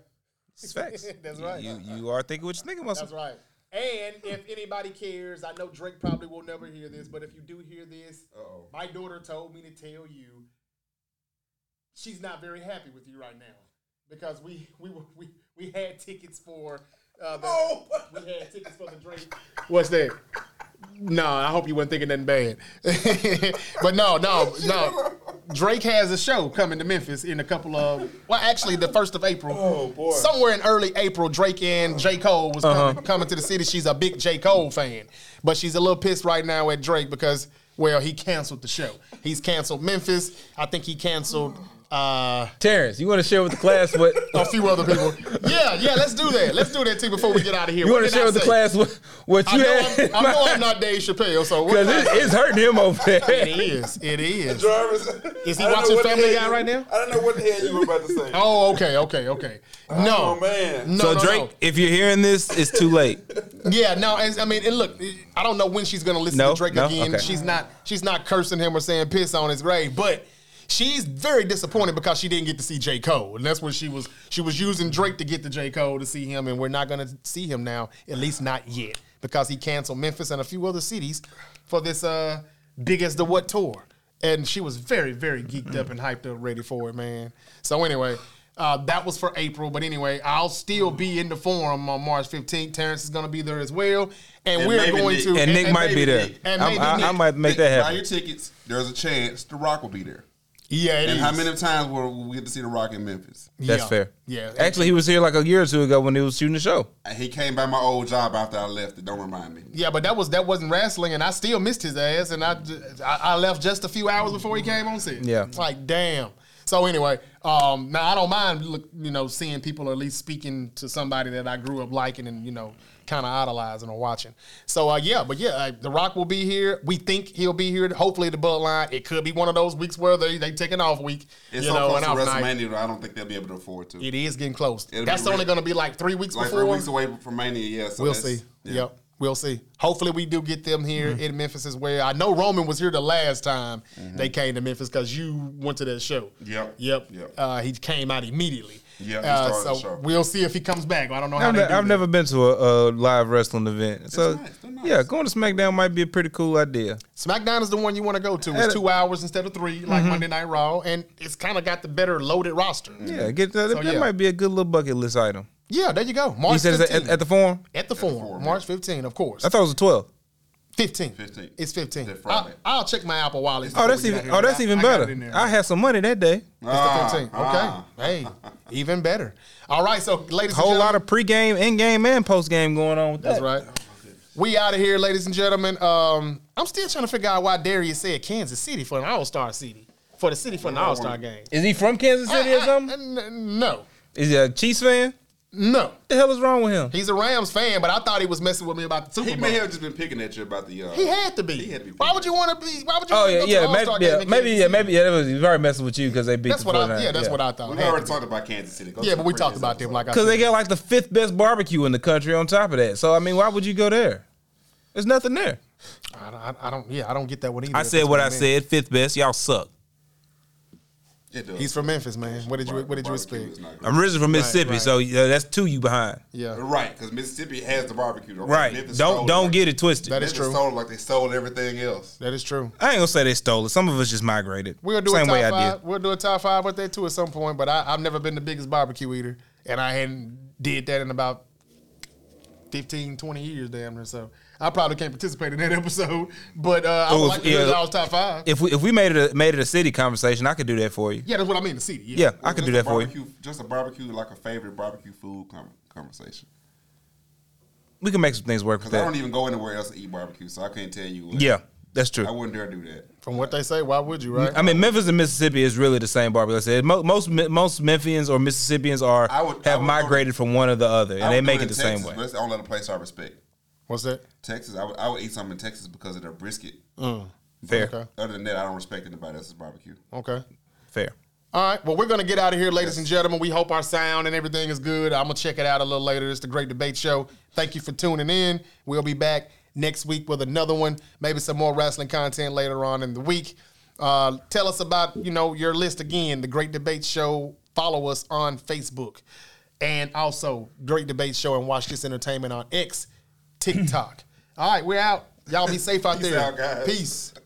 Speaker 2: It's facts.
Speaker 1: That's
Speaker 2: You-
Speaker 1: right.
Speaker 2: You, you are thinking what you're thinking, muscle.
Speaker 1: that's right. And if anybody cares, I know Drake probably will never hear this, but if you do hear this,
Speaker 3: Uh oh.
Speaker 1: my daughter told me to tell you she's not very happy with you right now because we we were, we we had tickets for uh, the,
Speaker 3: Oh!
Speaker 1: we had tickets for the Drake. What's that? No, I hope you weren't thinking nothing bad. but no, no, no. Drake has a show coming to Memphis in a couple of well, actually the first of April.
Speaker 3: Oh, boy.
Speaker 1: Somewhere in early April, Drake and J. Cole was
Speaker 2: Uh-huh.
Speaker 1: coming, coming to the city. She's a big J. Cole fan. But she's a little pissed right now at Drake because, well, he canceled the show. He's canceled Memphis. I think he canceled uh
Speaker 2: Terrence, you want to share with the class what
Speaker 1: a few other people. Yeah, yeah, let's do that. Let's do that too before we get out of here.
Speaker 2: you
Speaker 1: What
Speaker 2: want
Speaker 1: did
Speaker 2: to share
Speaker 1: I
Speaker 2: with the
Speaker 1: say?
Speaker 2: class what, what
Speaker 1: I
Speaker 2: you
Speaker 1: know,
Speaker 2: had?
Speaker 1: I'm, I know I'm not Dave Chappelle, so what
Speaker 2: Because it, it's hurting him over
Speaker 1: it
Speaker 2: there.
Speaker 1: is. It is.
Speaker 3: Jarvis.
Speaker 1: Is he
Speaker 3: I don't know
Speaker 1: watching
Speaker 3: what the
Speaker 1: Family
Speaker 3: hell
Speaker 1: Guy
Speaker 3: you-
Speaker 1: right now?
Speaker 3: I don't know what the hell you were about to say.
Speaker 1: Oh, okay, okay, okay. No,
Speaker 3: Oh, man.
Speaker 1: No,
Speaker 2: So
Speaker 1: no,
Speaker 2: Drake, if you're hearing this, it's too late.
Speaker 1: no. yeah, no. and- I mean, and look, I don't know when she's gonna listen
Speaker 2: No,
Speaker 1: to Drake
Speaker 2: no,
Speaker 1: again.
Speaker 2: okay.
Speaker 1: She's not. She's not cursing him or saying piss on his grave, but. She's very disappointed because she didn't get to see J. Cole, and that's what she was. She was using Drake to get to J. Cole to see him, and we're not going to see him now, at least not yet, because he canceled Memphis and a few other cities for this uh, big as the what tour. and she was very, very geeked up and hyped up, ready for it, man. So anyway, uh, that was for April. But anyway, I'll still be in the forum on March 15th. Terrence is going to be there as well, and,
Speaker 3: And
Speaker 1: we're
Speaker 3: maybe
Speaker 1: going
Speaker 3: Nick.
Speaker 1: to.
Speaker 2: And Nick might be
Speaker 3: maybe
Speaker 2: there.
Speaker 3: Nick.
Speaker 1: And
Speaker 2: I'm-
Speaker 1: maybe
Speaker 2: I, I
Speaker 1: Nick.
Speaker 2: might make that
Speaker 3: Buy
Speaker 2: happen.
Speaker 3: your tickets. There's a chance The Rock will be there.
Speaker 1: Yeah, it
Speaker 3: And
Speaker 1: is.
Speaker 3: how many times will will we get to see The Rock in Memphis?
Speaker 2: That's
Speaker 1: Yeah.
Speaker 2: fair.
Speaker 1: Yeah.
Speaker 2: Actually, he was here like a year or two ago when he was shooting the show.
Speaker 3: Uh, He came by my old job after I left it. Don't remind me.
Speaker 1: Yeah, but that was that wasn't wrestling, and I still missed his ass, and I, I I left just a few hours before he came on set.
Speaker 2: Yeah.
Speaker 1: like damn. So anyway, Um, now I don't mind, look, you know, seeing people or at least speaking to somebody that I grew up liking and you know, kind of idolizing or watching. So uh, yeah, but yeah, uh, The Rock will be here. We think he'll be here. Hopefully, at the Bloodline. It could be one of those weeks where they they take an off week.
Speaker 3: It's
Speaker 1: you
Speaker 3: so
Speaker 1: know,
Speaker 3: close
Speaker 1: and
Speaker 3: to
Speaker 1: off night.
Speaker 3: WrestleMania, I don't think they'll be able to afford to.
Speaker 1: It is getting close.
Speaker 3: It'll
Speaker 1: That's
Speaker 3: be
Speaker 1: only
Speaker 3: real-
Speaker 1: going to be like three weeks
Speaker 3: like
Speaker 1: before.
Speaker 3: three weeks away from Mania, yeah. So
Speaker 1: We'll
Speaker 3: that's-
Speaker 1: see.
Speaker 3: yeah. Mm-hmm.
Speaker 1: Yep. We'll see. Hopefully, we do get them here in Memphis as well. I know Roman was here the last time they came to Memphis because you went to that show.
Speaker 3: Yep.
Speaker 1: Yep.
Speaker 3: Yep.
Speaker 1: Uh, he came out immediately.
Speaker 3: Yep, he
Speaker 1: Uh,
Speaker 3: started
Speaker 1: so
Speaker 3: the show.
Speaker 1: we'll see if he comes back. I don't know how
Speaker 2: I've,
Speaker 1: they
Speaker 2: ne-
Speaker 1: do
Speaker 2: I've
Speaker 1: that.
Speaker 2: never been to a, a live wrestling event, so
Speaker 3: nice, they're nice.
Speaker 2: yeah, going to SmackDown might be a pretty cool idea.
Speaker 1: SmackDown is the one you want to go to. It's
Speaker 2: And-
Speaker 1: two hours instead of three, like
Speaker 2: Mm-hmm.
Speaker 1: Monday Night Raw, and it's kind of got the better loaded roster.
Speaker 3: Mm-hmm.
Speaker 2: Yeah, get that. that
Speaker 1: yeah.
Speaker 2: might be a good little bucket list item.
Speaker 1: Yeah, there you go.
Speaker 2: You
Speaker 1: March
Speaker 2: said it's
Speaker 1: 15.
Speaker 2: at, at, the forum.
Speaker 1: At the forum,
Speaker 3: forum,
Speaker 1: March 15, of course.
Speaker 2: I thought it was a twelve.
Speaker 1: 15.
Speaker 3: 15.
Speaker 1: It's 15.
Speaker 3: That
Speaker 1: I,
Speaker 3: Friday.
Speaker 1: I'll check my Apple Wallet.
Speaker 2: Oh, that's
Speaker 1: before we get
Speaker 2: even.
Speaker 1: out
Speaker 2: Oh,
Speaker 1: here,
Speaker 2: that's
Speaker 1: but I-
Speaker 2: even
Speaker 1: I got it
Speaker 2: better.
Speaker 1: in there.
Speaker 2: I had some money that day.
Speaker 3: Ah,
Speaker 1: It's the 15.
Speaker 3: ah.
Speaker 1: Okay. Hey, even better. All right. So, ladies and
Speaker 2: Whole
Speaker 1: gentlemen,
Speaker 2: lot of pregame, in game, and postgame going on. With
Speaker 1: that's
Speaker 2: that.
Speaker 1: right. We out of here, ladies and gentlemen. Um, I'm still trying to figure out why Darius said Kansas City for an All Star city, for the city for an All Star game.
Speaker 2: Is he from Kansas City or
Speaker 1: I- I-
Speaker 2: something?
Speaker 1: n- no,
Speaker 2: Is he a Chiefs fan? What
Speaker 1: no.
Speaker 2: the hell is wrong with him?
Speaker 1: He's a Rams fan, but I thought he was messing with me about the
Speaker 3: He
Speaker 1: Super Bowl.
Speaker 3: may have just been picking at you about the. Uh,
Speaker 1: He had to be.
Speaker 3: He had to be.
Speaker 1: Why would you want to be? Why would you?
Speaker 2: Oh
Speaker 1: wanna
Speaker 2: yeah,
Speaker 1: go to
Speaker 2: yeah,
Speaker 1: an All-Star
Speaker 2: maybe,
Speaker 1: game
Speaker 2: yeah,
Speaker 1: in
Speaker 2: maybe,
Speaker 1: Kansas
Speaker 2: yeah,
Speaker 1: City?
Speaker 2: maybe, yeah. That was he's probably messing with you because they beat
Speaker 1: That's
Speaker 2: the
Speaker 1: what I.
Speaker 2: 49ers.
Speaker 1: Yeah, that's what I thought.
Speaker 3: We
Speaker 1: Had to
Speaker 3: already
Speaker 1: be.
Speaker 3: talked about Kansas City. Go
Speaker 1: Yeah,
Speaker 3: to
Speaker 1: but
Speaker 3: the
Speaker 1: we
Speaker 3: previous
Speaker 1: talked about them
Speaker 3: episode.
Speaker 1: like I
Speaker 2: Because
Speaker 1: said.
Speaker 2: they got like the fifth best barbecue in the country on top of that. So I mean, why would you go there? There's nothing there.
Speaker 1: I, don't- I don't. Yeah, I don't get that one either.
Speaker 2: I
Speaker 1: if
Speaker 2: said
Speaker 1: that's
Speaker 2: what I
Speaker 1: it meant.
Speaker 2: said. Fifth best. Y'all suck.
Speaker 3: It does.
Speaker 1: He's from Memphis, man. What did you What did you
Speaker 3: Barbecue
Speaker 1: expect?
Speaker 3: is not good.
Speaker 2: I'm originally from Mississippi,
Speaker 1: right.
Speaker 2: so yeah, that's two you behind.
Speaker 1: Yeah,
Speaker 3: Right, because Mississippi has the barbecue. though.
Speaker 2: Right.
Speaker 3: Memphis
Speaker 2: don't
Speaker 3: stole
Speaker 2: don't
Speaker 3: like,
Speaker 2: get it twisted.
Speaker 1: That is-
Speaker 3: Memphis
Speaker 1: true.
Speaker 3: Stole it like they stole everything else.
Speaker 1: that is true.
Speaker 2: I ain't gonna say they stole it. Some of us just migrated.
Speaker 1: We'll do
Speaker 2: Same
Speaker 1: a top
Speaker 2: way
Speaker 1: five.
Speaker 2: I did.
Speaker 1: We'll do a top five with that too at some point. But I, I've never been the biggest barbecue eater, and I hadn't did that in about 15, 20 years, damn near. So I probably can't participate in that episode. But uh, I would
Speaker 2: Oh,
Speaker 1: like to
Speaker 2: yeah.
Speaker 1: do the all top five.
Speaker 2: If we if we made it a, made it a city conversation, I could do that for you.
Speaker 1: Yeah, that's what I mean. The city.
Speaker 2: Yeah,
Speaker 1: Yeah.
Speaker 2: I could do
Speaker 3: Just
Speaker 2: that
Speaker 3: a
Speaker 2: for you.
Speaker 3: barbecue- Just a barbecue, like a favorite barbecue food com- conversation.
Speaker 2: We can make some things work with
Speaker 3: Because I
Speaker 2: that.
Speaker 3: don't even go anywhere else to eat barbecue, so I can't tell you. What.
Speaker 2: Yeah, that's true.
Speaker 3: I wouldn't dare do that.
Speaker 1: From what they say, why would you, right?
Speaker 2: I mean, Memphis and Mississippi is really the same barbecue. Like I said Mo- most Me- most Memphians or Mississippians are
Speaker 3: I
Speaker 2: have
Speaker 3: would- I would go to-
Speaker 2: migrated from one or the other,
Speaker 3: I
Speaker 2: and they
Speaker 3: would do
Speaker 2: make it
Speaker 3: in
Speaker 2: the
Speaker 3: Texas,
Speaker 2: same way.
Speaker 3: But it's the only other place I respect.
Speaker 1: What's that?
Speaker 3: Texas, I would, I would eat something in Texas because of their brisket.
Speaker 2: Mm, Fair,
Speaker 1: Okay.
Speaker 3: Other than that, I don't respect anybody else's barbecue.
Speaker 1: Okay.
Speaker 2: fair.
Speaker 1: All right. Well, we're gonna get out of here, ladies and gentlemen. We hope our sound and everything is good. I'm gonna check it out a little later. It's the Great Debate Show. Thank you for tuning in. We'll be back next week with another one. Maybe some more wrestling content later on in the week. Uh, tell us about you know your list again. The Great Debate Show. Follow us on Facebook, and also Great Debate Show and Watch This Entertainment on X, TikTok. All right, we're out. Y'all be safe out
Speaker 3: Peace
Speaker 1: there.
Speaker 3: out, guys.
Speaker 1: Peace.